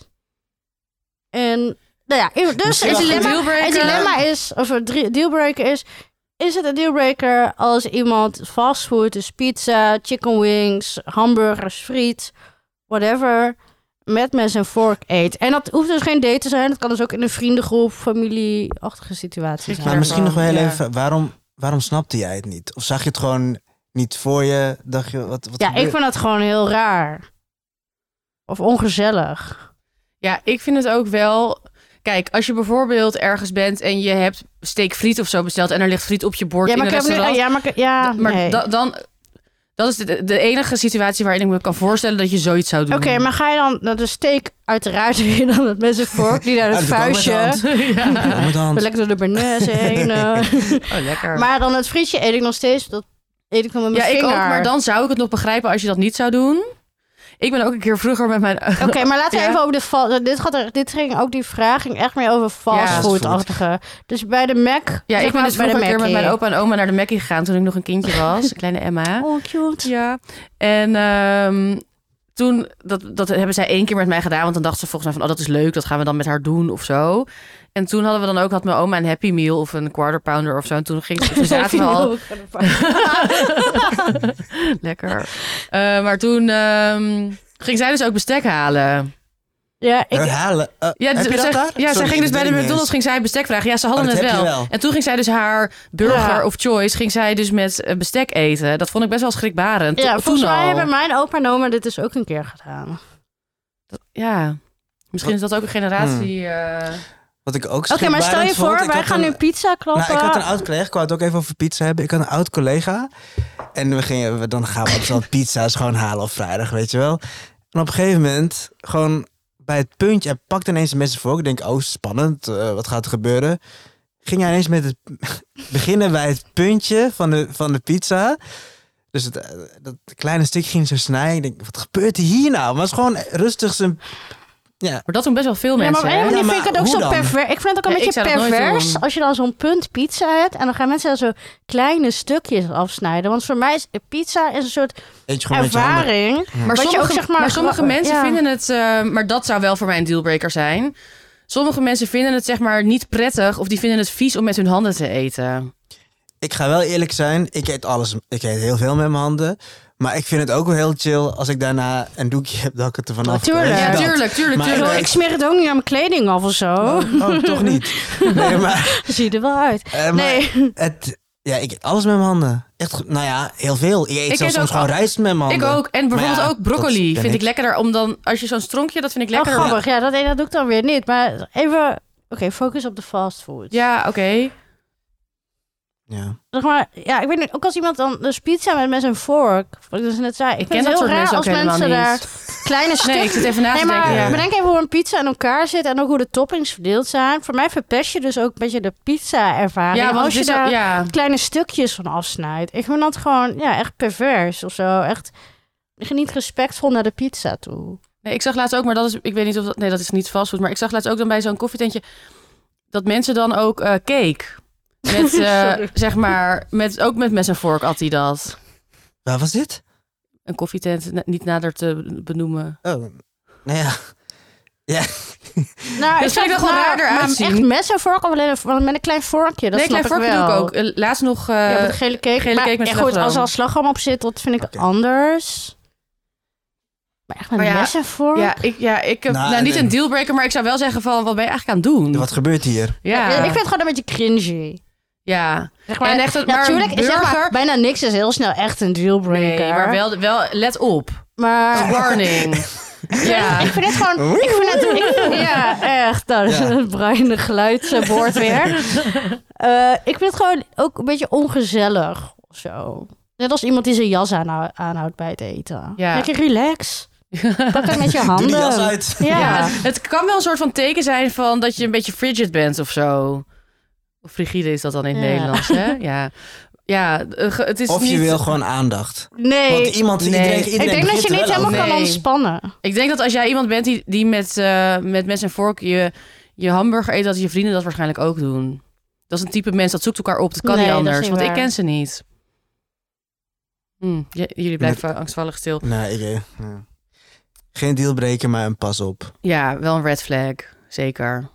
A: En nou ja, i- dus
B: Misschien
A: het
B: wel goed.
A: dilemma, het dilemma is... Of het drie- dealbreaker is... Is het een dealbreaker als iemand fastfood, dus pizza, chicken wings, hamburgers, friet, whatever, met mes en vork eet? En dat hoeft dus geen date te zijn. Dat kan dus ook in een vriendengroep, familieachtige situatie zijn.
B: Maar misschien nog wel heel
C: Ja.
B: even, waarom, waarom snapte jij het niet? Of zag je het gewoon niet voor je? Dacht je, wat, wat
A: Ja,
B: gebeurt-
A: ik vind dat gewoon heel raar. Of ongezellig.
C: Ja, ik vind het ook wel. Kijk, als je bijvoorbeeld ergens bent en je hebt steekfriet of zo besteld en er ligt friet op je bord
A: Ja,
C: in
A: maar
C: een
A: ik heb nu...
C: restaurant.
A: Ja, maar, ik- ja,
C: maar
A: nee.
C: da- dan, dat is de, de enige situatie waarin ik me kan voorstellen dat je zoiets zou doen.
A: Oké,
B: Hmm.
A: maar ga je dan naar de steak uiteraard weer dan met mes en vork, die naar
B: Ja,
A: het
B: dat doe ik ook met de
A: vuistje...
B: hand. Ja, met de hand.
A: Lekker door de Bernays heen. eh.
C: Oh, lekker.
A: Maar dan het frietje eet ik nog steeds. Dat eet ik dan met
C: ja,
A: mijn
C: ik
A: vinger.
C: ook, maar dan zou ik het nog begrijpen als je dat niet zou doen. Ik ben ook een keer vroeger met mijn.
A: Oké, maar laten we
C: Ja.
A: even over de fast... Dit, gaat er, dit ging ook die vraag ging echt meer over fastfood-achtige. Dus bij de Mac... zeg
C: Ja, ik ben
A: maar
C: dus vroeger een keer met mijn opa en oma naar de Mackie gegaan toen ik nog een kindje was, een kleine Emma.
A: Oh, cute.
C: Ja. En ehm, toen, dat, dat hebben zij één keer met mij gedaan. Want dan dacht ze volgens mij van, oh dat is leuk, dat gaan we dan met haar doen of zo. En toen hadden we dan ook, had mijn oma een Happy Meal of een Quarter Pounder of zo. En toen ging toen zaten we al... Lekker. Eh, maar toen ehm, ging zij dus ook bestek halen.
A: Ja, ik...
B: Herhalen. eh,
C: Ja,
B: heb
C: d-
B: je dat
C: zij,
B: daar?
C: ja zij
B: Sorry,
C: ging dus
B: dat
C: bij
B: weet
C: de
B: ik niet
C: McDonald's
B: eens.
C: ging zij bestek vragen. Ja, ze hadden
B: Oh, dat
C: het
B: heb
C: wel.
B: je wel.
C: En toen ging zij dus haar burger
A: Ja.
C: of choice ging zij dus met eh, bestek eten. Dat vond ik best wel schrikbarend.
A: Ja,
C: Toen
A: volgens mij
C: al.
A: hebben mijn opa en oma dit dus ook een keer gedaan.
C: Ja, misschien is dat ook een generatie. eh,
B: Wat ik ook
A: Oké, maar stel je
B: schrikbarend vond,
A: voor,
B: ik
A: wij
B: had
A: gaan
B: een-
A: nu pizza klappen.
B: Nou, ik had een oud collega, ik wou het ook even over pizza hebben. Ik had een oud collega. En we gingen, we- dan gaan we op zo'n pizza's gewoon halen op vrijdag, weet je wel. En op een gegeven moment, gewoon bij het puntje, hij pakte ineens de mensen voor. Ik denk, oh spannend, eh, wat gaat er gebeuren? Ging hij ineens met het beginnen bij het puntje van de, van de pizza. Dus het, eh, dat kleine stukje ging zo snijden. Ik denk, wat gebeurt hier nou? Maar het is gewoon rustig zijn
C: Maar dat doen best wel veel
A: Ja, maar
C: mensen.
A: op een
C: hè?
A: of andere
B: Ja,
A: manier
B: maar
A: vind ik het ook
B: hoe
A: zo
B: dan?
A: pervers. Ik vind het ook een
C: Ja, ik
A: beetje
C: zou dat nooit
A: pervers
C: doen.
A: als je dan zo'n punt pizza hebt en dan gaan mensen daar zo kleine stukjes afsnijden. Want voor mij is pizza is een soort
B: Eentje gewoon met je handen.
A: ervaring.
C: Maar
A: Wat je
C: sommige,
A: ook, zeg maar,
C: maar sommige
A: gewoon-
C: mensen
A: ja.
C: vinden het, eh, maar dat zou wel voor mij een dealbreaker zijn. Sommige mensen vinden het zeg maar niet prettig of die vinden het vies om met hun handen te eten.
B: Ik ga wel eerlijk zijn, ik eet alles. Ik eet heel veel met mijn handen. Maar ik vind het ook wel heel chill als ik daarna een doekje heb dat ik het ervan af.
A: Tuurlijk.
B: Weet je
C: Ja,
B: dat?
C: tuurlijk, tuurlijk,
B: Maar
A: Ik, bedoel,
C: tuurlijk.
B: wij-
A: ik smeer het ook niet aan mijn kleding af of zo.
B: Oh, oh, toch niet. Nee, maar,
A: Ziet er wel uit.
B: eh, maar
A: Nee,
B: het, ja, ik eet alles met mijn handen. Echt, goed. nou ja, heel veel. Ik eet
C: Ik
B: zelfs
C: eet ook
B: soms gewoon
C: al-
B: rijst met mijn handen.
C: Ik ook. En bijvoorbeeld
B: ja,
C: ook broccoli
B: dat
C: vind ik
B: ben
C: lekkerder. Om dan, als je zo'n stronkje, dat vind
A: oh,
C: ik lekkerder.
A: grappig. Ja, dat, dat doe ik dan weer niet. Maar even, oké, focus op de fastfood.
C: ja, oké.
B: Ja.
A: Zeg maar, ja, ik weet niet, ook als iemand dan dus pizza met, met zijn vork, wat ik dus net zei. Ik,
C: Ik
A: vind
C: ken
A: het heel
C: dat soort
A: raar
C: mensen ook
A: als
C: helemaal
A: mensen daar
C: niet.
A: kleine
C: Nee, ik
A: stukjes...
C: zit even na te
A: Nee, maar
C: denken. ja.
A: bedenk even hoe een pizza aan elkaar zit en ook hoe de toppings verdeeld zijn. Voor mij verpest je dus ook een beetje de pizza-ervaring.
C: Ja, want
A: als je
C: het is-
A: daar
C: ja.
A: kleine stukjes van afsnijdt. Ik vind dat gewoon ja, echt pervers of zo. Echt niet respectvol naar de pizza toe.
C: Nee, ik zag laatst ook, maar dat is, ik weet niet of dat, nee, dat is niet fastfood, maar ik zag laatst ook dan bij zo'n koffietentje dat mensen dan ook eh, cake met, eh,
A: Sorry.
C: zeg maar, met, ook met mes en vork at hij dat.
B: Waar was dit?
C: Een koffietent na- niet nader te benoemen.
B: Oh, nou ja.
A: Nou,
C: vind
A: zeg
C: ik nog wel
A: maar-
C: raarder
A: maar
C: uitzien.
A: Echt mes en vork, of alleen een- met een klein vorkje. Dat
C: nee,
A: snap
C: klein vork
A: ik wel.
C: doe ik ook. Eh, Laatst nog, eh,
A: ja, met gele cake.
C: gele
A: maar
C: cake met
A: ja, goed,
C: slagroom.
A: als er al slagroom op zit, dat vind ik
B: Oké.
A: anders. Maar echt met
C: Maar ja,
A: mes en vork?
C: ja, ik, ja, ik heb,
B: Nou,
C: nou, niet
B: nee.
C: een dealbreaker, maar ik zou wel zeggen van, wat ben je eigenlijk aan het doen?
B: Wat gebeurt hier?
C: Ja,
A: Ik vind het gewoon een beetje cringy.
C: ja.
A: Zeg maar,
C: En echt, maar een
A: natuurlijk is zeg maar,
C: burger-
A: bijna niks is heel snel echt een
C: Nee,
A: dealbreaker.
C: maar wel, wel, let op.
A: Maar
C: Warning. ja.
A: ik vind het gewoon... Ik vind het, ik- ja, echt. Nou, dat is
B: Ja.
A: een bruine geluidsboord weer. Eh, ik vind het gewoon ook een beetje ongezellig of zo. Net als iemand die zijn jas aanhou- aanhoudt bij het eten.
C: Ja.
A: Lekker relax. Pak het met je
B: Doe
A: handen.
B: die jas uit.
A: Ja.
C: Ja, het, het kan wel een soort van teken zijn van dat je een beetje frigid bent of zo. Of frigide is dat dan in het
A: Ja.
C: Nederlands, hè? Ja. Ja, eh, ge- het is
B: Of je
C: niet...
B: wil gewoon aandacht. Want
A: Nee,
B: iemand,
C: nee.
B: iedereen, iedereen
A: ik denk dat
B: begint
A: je
B: er
A: niet
B: wel
A: helemaal
B: over.
A: kan
C: Nee.
A: ontspannen.
C: Ik denk dat als jij iemand bent die, die met, eh, met mes en vork je, je hamburger eet, dat je vrienden dat waarschijnlijk ook doen. Dat is een type mens, dat zoekt elkaar op. Dat kan
A: Nee,
C: niet
A: dat is
C: anders,
A: niet
C: want ik
A: waar.
C: ken ze niet. Hm, j- jullie blijven angstvallig stil.
B: Nee, ik... eh, ja. Geen dealbreaker, maar een pas op.
C: Ja, wel een red flag, zeker.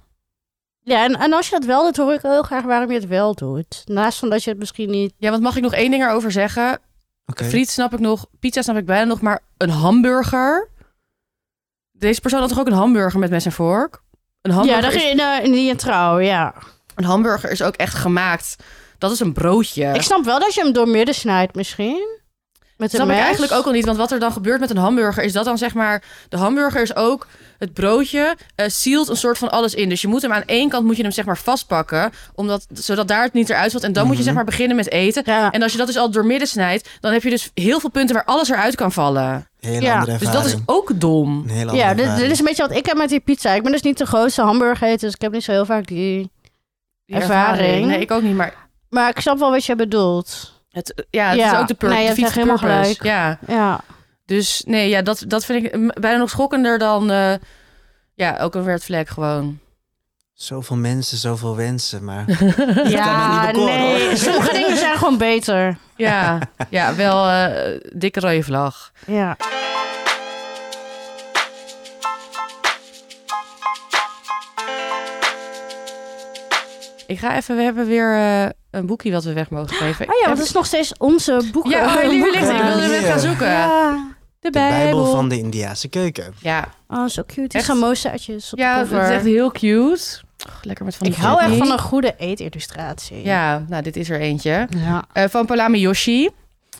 A: Ja, en, en als je dat wel doet, hoor ik heel graag waarom je het wel doet. Naast van dat je het misschien niet...
C: Ja, want mag ik nog één ding erover zeggen?
B: Oké.
C: Friet snap ik nog, pizza snap ik bijna nog, maar een hamburger. Deze persoon had toch ook een hamburger met mes en vork? Een hamburger,
A: ja, dat
C: is,
A: in, eh, in die trouw, ja.
C: een hamburger is ook echt gemaakt. Dat is een broodje.
A: Ik snap wel dat je hem doormidden snijdt misschien. Met een
C: snap
A: mes.
C: ik eigenlijk ook al niet, want wat er dan gebeurt met een hamburger is dat dan zeg maar de hamburger is ook het broodje eh sealt een soort van alles in. Dus je moet hem aan één kant moet je hem zeg maar vastpakken, omdat zodat daar het niet eruit valt en dan moet je zeg maar beginnen met eten.
A: Ja.
C: En als je dat dus al doormidden snijdt, dan heb je dus heel veel punten waar alles eruit kan vallen.
B: Hele
A: Ja,
B: andere
C: Dus
B: ervaring.
C: dat is ook dom.
B: Een hele andere
A: Ja, dit, dit
B: ervaring.
A: is een beetje wat ik heb met die pizza. Ik ben dus niet de grootste hamburger, dus ik heb niet zo heel vaak die...
C: Die
A: ervaring.
C: Nee, ik ook niet, maar
A: Maar ik snap wel wat je bedoelt.
C: het, ja, het
A: Ja,
C: is ook de pur-
A: nee, je
C: de
A: hebt
C: fiets
A: echt helemaal
C: purpose.
A: gelijk.
C: Ja,
A: Ja.
C: dus nee, ja, dat, dat vind ik mm, bijna nog schokkender dan, eh, ja, ook een red flag gewoon.
B: Zoveel mensen, zoveel wensen, maar... kan me
A: Ja,
B: niet bekoren,
A: nee.
B: hoor.
A: Sommige dingen zijn gewoon beter.
C: ja, ja, wel eh, dikke rode vlag.
A: Ja.
C: Ik ga even, we hebben weer eh, een boekje wat we weg mogen geven.
A: Ah ja, want het is nog steeds onze boeken.
C: Ja, oh, lieve licht, ik wilde
B: Ja.
C: hem even gaan zoeken.
A: Ja.
C: eh, De
B: De Bijbel
C: Bijbel.
B: van de Indiaanse keuken.
C: Ja,
A: Oh, zo cute. Die
C: Echt?
A: samosaatjes op
C: ja
A: de
C: het is
A: cover.
C: echt heel cute. Och, lekker met van
A: Ik
C: die
A: hou echt
C: fruit.
A: van een goede eetillustratie.
C: Ja, nou, dit is er eentje.
A: Ja.
C: Eh, van Palami Yoshi.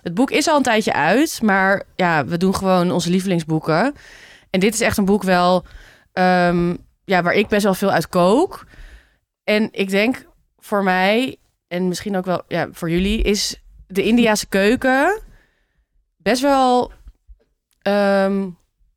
C: Het boek is al een tijdje uit, maar ja, we doen gewoon onze lievelingsboeken. En dit is echt een boek wel, ehm, ja, waar ik best wel veel uit kook. En ik denk voor mij, en misschien ook wel ja, voor jullie, is de Indiase keuken best wel ehm,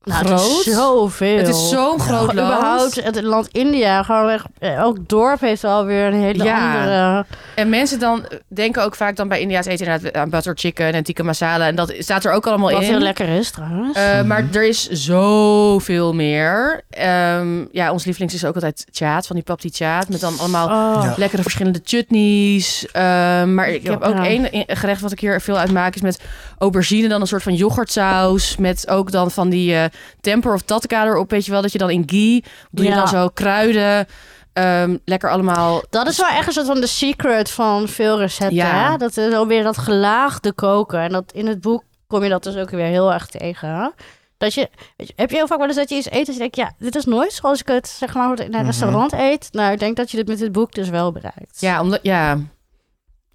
A: Nou, het is
C: Groot?
A: zoveel.
C: Het is zo'n groot
A: Gewoon überhaupt
C: land.
A: het land India, gewoon echt, elk dorp heeft alweer een hele
C: Ja.
A: andere...
C: En mensen dan eh, denken ook vaak dan bij India's eten inderdaad aan butter chicken en tikka masala. En dat staat er ook allemaal
A: Wat
C: in.
A: heel lekker is trouwens.
C: Eh, Maar er is zoveel meer. Ehm, ja, ons lievelings is ook altijd chaat, van die papti chaat. Met dan allemaal
A: Oh.
B: Ja.
C: lekkere verschillende chutneys. Ehm, maar ik heb ook
A: Ja.
C: één i- gerecht wat ik hier veel uit maak. Is met aubergine dan een soort van yoghurtsaus. Met ook dan van die eh, temper of tatka erop. Weet je wel, dat je dan in ghee... Doe je
A: Ja.
C: dan zo kruiden. ehm, lekker allemaal...
A: Dat is wel echt een soort van de secret van veel recepten.
C: Ja.
A: Hè? Dat is alweer dat gelaagde koken. En dat in het boek kom je dat dus ook weer heel erg tegen. hè? Dat je, weet je, heb je heel vaak wel eens dat je iets eet en je denkt... ja, dit is nooit zoals ik het zeg maar, in een
B: Mhm.
A: restaurant eet. Nou, ik denk dat je dit met dit boek dus wel bereikt.
C: Ja, omdat... Ja.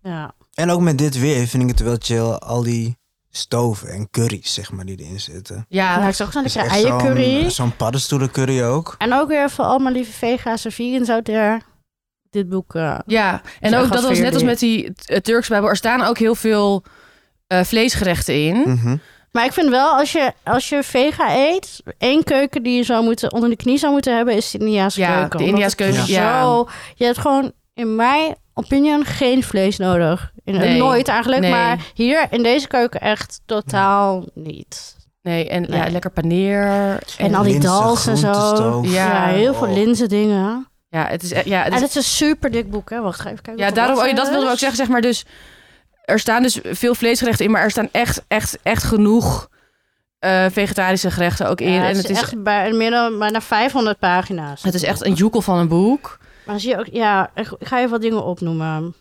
A: ja.
B: En ook met dit weer vind ik het wel chill. Al die stoven en curry's, zeg maar, die erin zitten.
C: Ja,
A: Ja, ik zag zo'n
B: Dus
A: lekkere
B: echt zo'n-
A: eiencurry.
B: Zo'n paddenstoelencurry ook.
A: En ook weer voor al mijn lieve vega's en vegans out there. Dit boek. eh,
C: Ja, en
A: Dus
C: ook
A: echt
C: dat
A: wat
C: was net als
A: veerdier.
C: met die eh, Turkse Bijbel. Er staan ook heel veel eh, vleesgerechten
A: Hm?
C: in.
B: Mhm.
A: Maar ik vind wel, als je, als je vega eet, één keuken die je zou moeten, onder de knie zou moeten hebben, is de Indiaanse
C: Ja,
A: keuken.
C: de
A: Omdat
C: Indiaanse
A: het
B: keuken,
C: ja.
A: Zo, je hebt gewoon, in mijn opinion, geen vlees nodig. In,
C: Nee,
A: nooit eigenlijk,
C: nee.
A: maar hier in deze keuken echt totaal niet.
C: Nee, en Ja,
A: Nee.
C: lekker paneer. En,
A: En al die
B: Linzen,
A: dals en zo.
B: groentestook.
A: Ja,
C: Ja.
A: heel veel
B: Oh.
A: linzen dingen.
C: ja, het is, eh, ja, het
A: en
C: is-
A: het is een super dik boek, hè? Wacht, ga even kijken.
C: ja
A: wat
C: daarom, oh, ja, dat wilde ik
A: is.
C: ook zeggen. Zeg maar, dus, er staan dus veel vleesgerechten in, maar er staan echt, echt, echt genoeg eh, vegetarische gerechten ook in.
A: Ja,
C: en
A: het, is echt bij, meer dan bijna 500 pagina's.
C: het is echt een joekel van een boek.
A: Maar dan zie je ook, ja, ik ik ga even wat dingen opnoemen.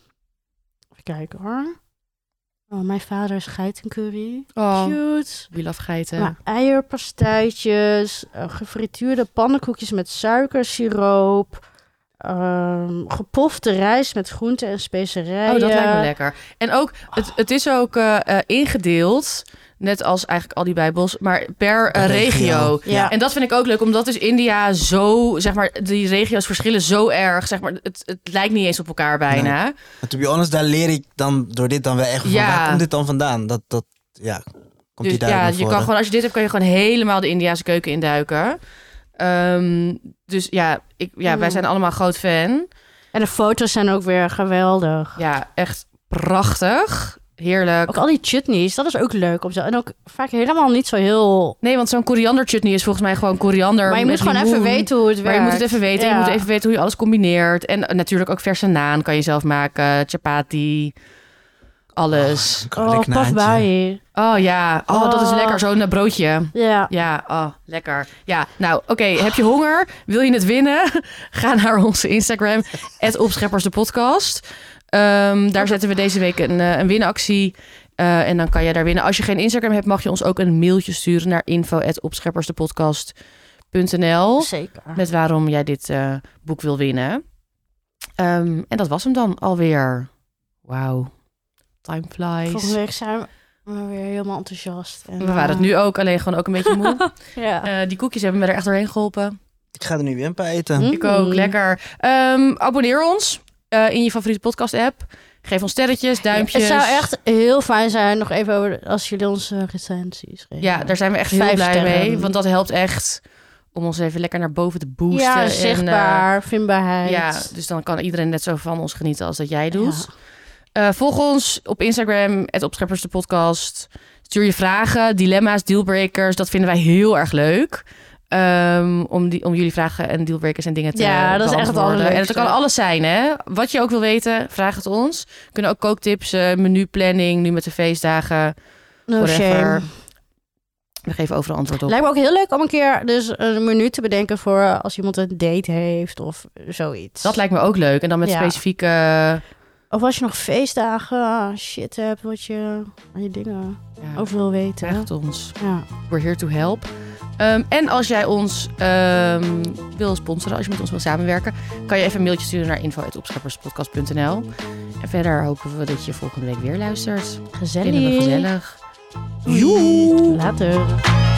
A: Even kijken hoor. Oh, mijn vader is geitencurry.
C: Oh,
A: Cute.
C: wie love geiten.
A: Maar eierpastijtjes, eh, gefrituurde pannenkoekjes met suikersiroop, ehm, gepofte rijst met groenten en specerijen.
C: Oh, dat
A: eh,
C: lijkt me lekker. En ook, het, het is ook eh, eh, ingedeeld, net als eigenlijk al die bijbels, maar per eh, regio.
A: Ja.
C: En dat vind ik ook leuk, omdat dus India zo, zeg maar, die regio's verschillen zo erg. Zeg maar, het, het lijkt niet eens op elkaar bijna.
B: En to be honest, daar leer ik dan door dit dan wel echt van.
C: Ja.
B: Waar komt dit dan vandaan? Dat, dat ja, komt die
C: dus
B: daar
C: ja,
B: naar
C: je
B: voren.
C: kan gewoon, als je dit hebt, kan je gewoon helemaal de Indiaanse keuken induiken. Ehm, dus ja, ik, ja, wij
A: Mm.
C: zijn allemaal groot fan.
A: En de foto's zijn ook weer geweldig.
C: Ja, echt prachtig. Heerlijk.
A: Ook al die chutneys, dat is ook leuk. Om zo, en ook vaak helemaal niet zo heel...
C: Nee, want zo'n koriander chutney is volgens mij gewoon koriander.
A: Maar je moet
C: met
A: gewoon even
C: limoen.
A: weten hoe het werkt.
C: Maar je moet het even weten.
A: Ja.
C: Je moet even weten hoe je alles combineert. En eh, natuurlijk ook verse naan kan je zelf maken. Chapati. Alles.
B: Een
A: Oh,
B: lekker
A: paf
B: naadje.
A: bij.
C: Oh ja. Oh, dat is
A: Oh.
C: lekker. Zo'n eh, broodje.
A: Ja.
C: Ja, oh, lekker. Ja, nou, oké. Heb je honger? Wil je het winnen? Ga naar onze Instagram, het Opscheppers de Podcast. Ehm, daar zetten we deze week een, eh, een winactie. Eh, en dan kan jij daar winnen. Als je geen Instagram hebt, mag je ons ook een mailtje sturen naar info.opscheppersdepodcast.nl.
A: Zeker.
C: Met waarom jij dit eh, boek wil winnen. Ehm, en dat was hem dan alweer. Wauw. Time
A: Volgende
C: flies.
A: week zijn we weer helemaal enthousiast. En,
C: We waren het
A: eh,
C: nu ook, alleen gewoon ook een beetje moe.
A: Ja.
C: Eh, die koekjes hebben me er echt doorheen geholpen.
B: Ik ga er nu weer een paar eten.
A: Hm?
C: Ik ook,
A: Mm.
C: lekker. Ehm, abonneer ons eh, in je favoriete podcast app. Geef ons sterretjes, duimpjes.
A: Het zou echt heel fijn zijn, nog even over de- als jullie onze recensies geven.
C: Ja, daar zijn we echt heel
A: Vijf
C: blij
A: sterren.
C: mee. Want dat helpt echt om ons even lekker naar boven te boosten.
A: Ja,
C: en, eh,
A: zichtbaar, vindbaarheid.
C: ja, dus dan kan iedereen net zo van ons genieten als dat jij doet. Eh, volg ons op Instagram, het Opscheppers de Podcast. Stuur je vragen, dilemma's, dealbreakers. Dat vinden wij heel erg leuk. Ehm, om, die, om jullie vragen en dealbreakers en dingen te
A: Ja, dat is echt het
C: beantwoorden. En het
A: allerleukste.
C: kan alles zijn, hè? Wat je ook wil weten, vraag het ons. Kunnen ook kooktips, eh, menuplanning, nu met de feestdagen.
A: No
C: whatever.
A: Oh, shame.
C: We geven overal antwoord op.
A: Lijkt me ook heel leuk om een keer dus een menu te bedenken voor eh, als iemand een date heeft of zoiets.
C: Dat lijkt me ook leuk. En dan met
A: Ja.
C: specifieke...
A: Of als je nog feestdagen, ah, shit hebt, wat je aan je dingen
C: ja,
A: over wil weten.
C: vraag het ons.
A: Ja.
C: We're here to help. Ehm, en als jij ons ehm, wil sponsoren, als je met ons wil samenwerken, kan je even een mailtje sturen naar info.opschepperspodcast.nl. En verder hopen we dat je volgende week weer luistert.
A: Gezellig.
C: Vinden we gezellig.
A: Later.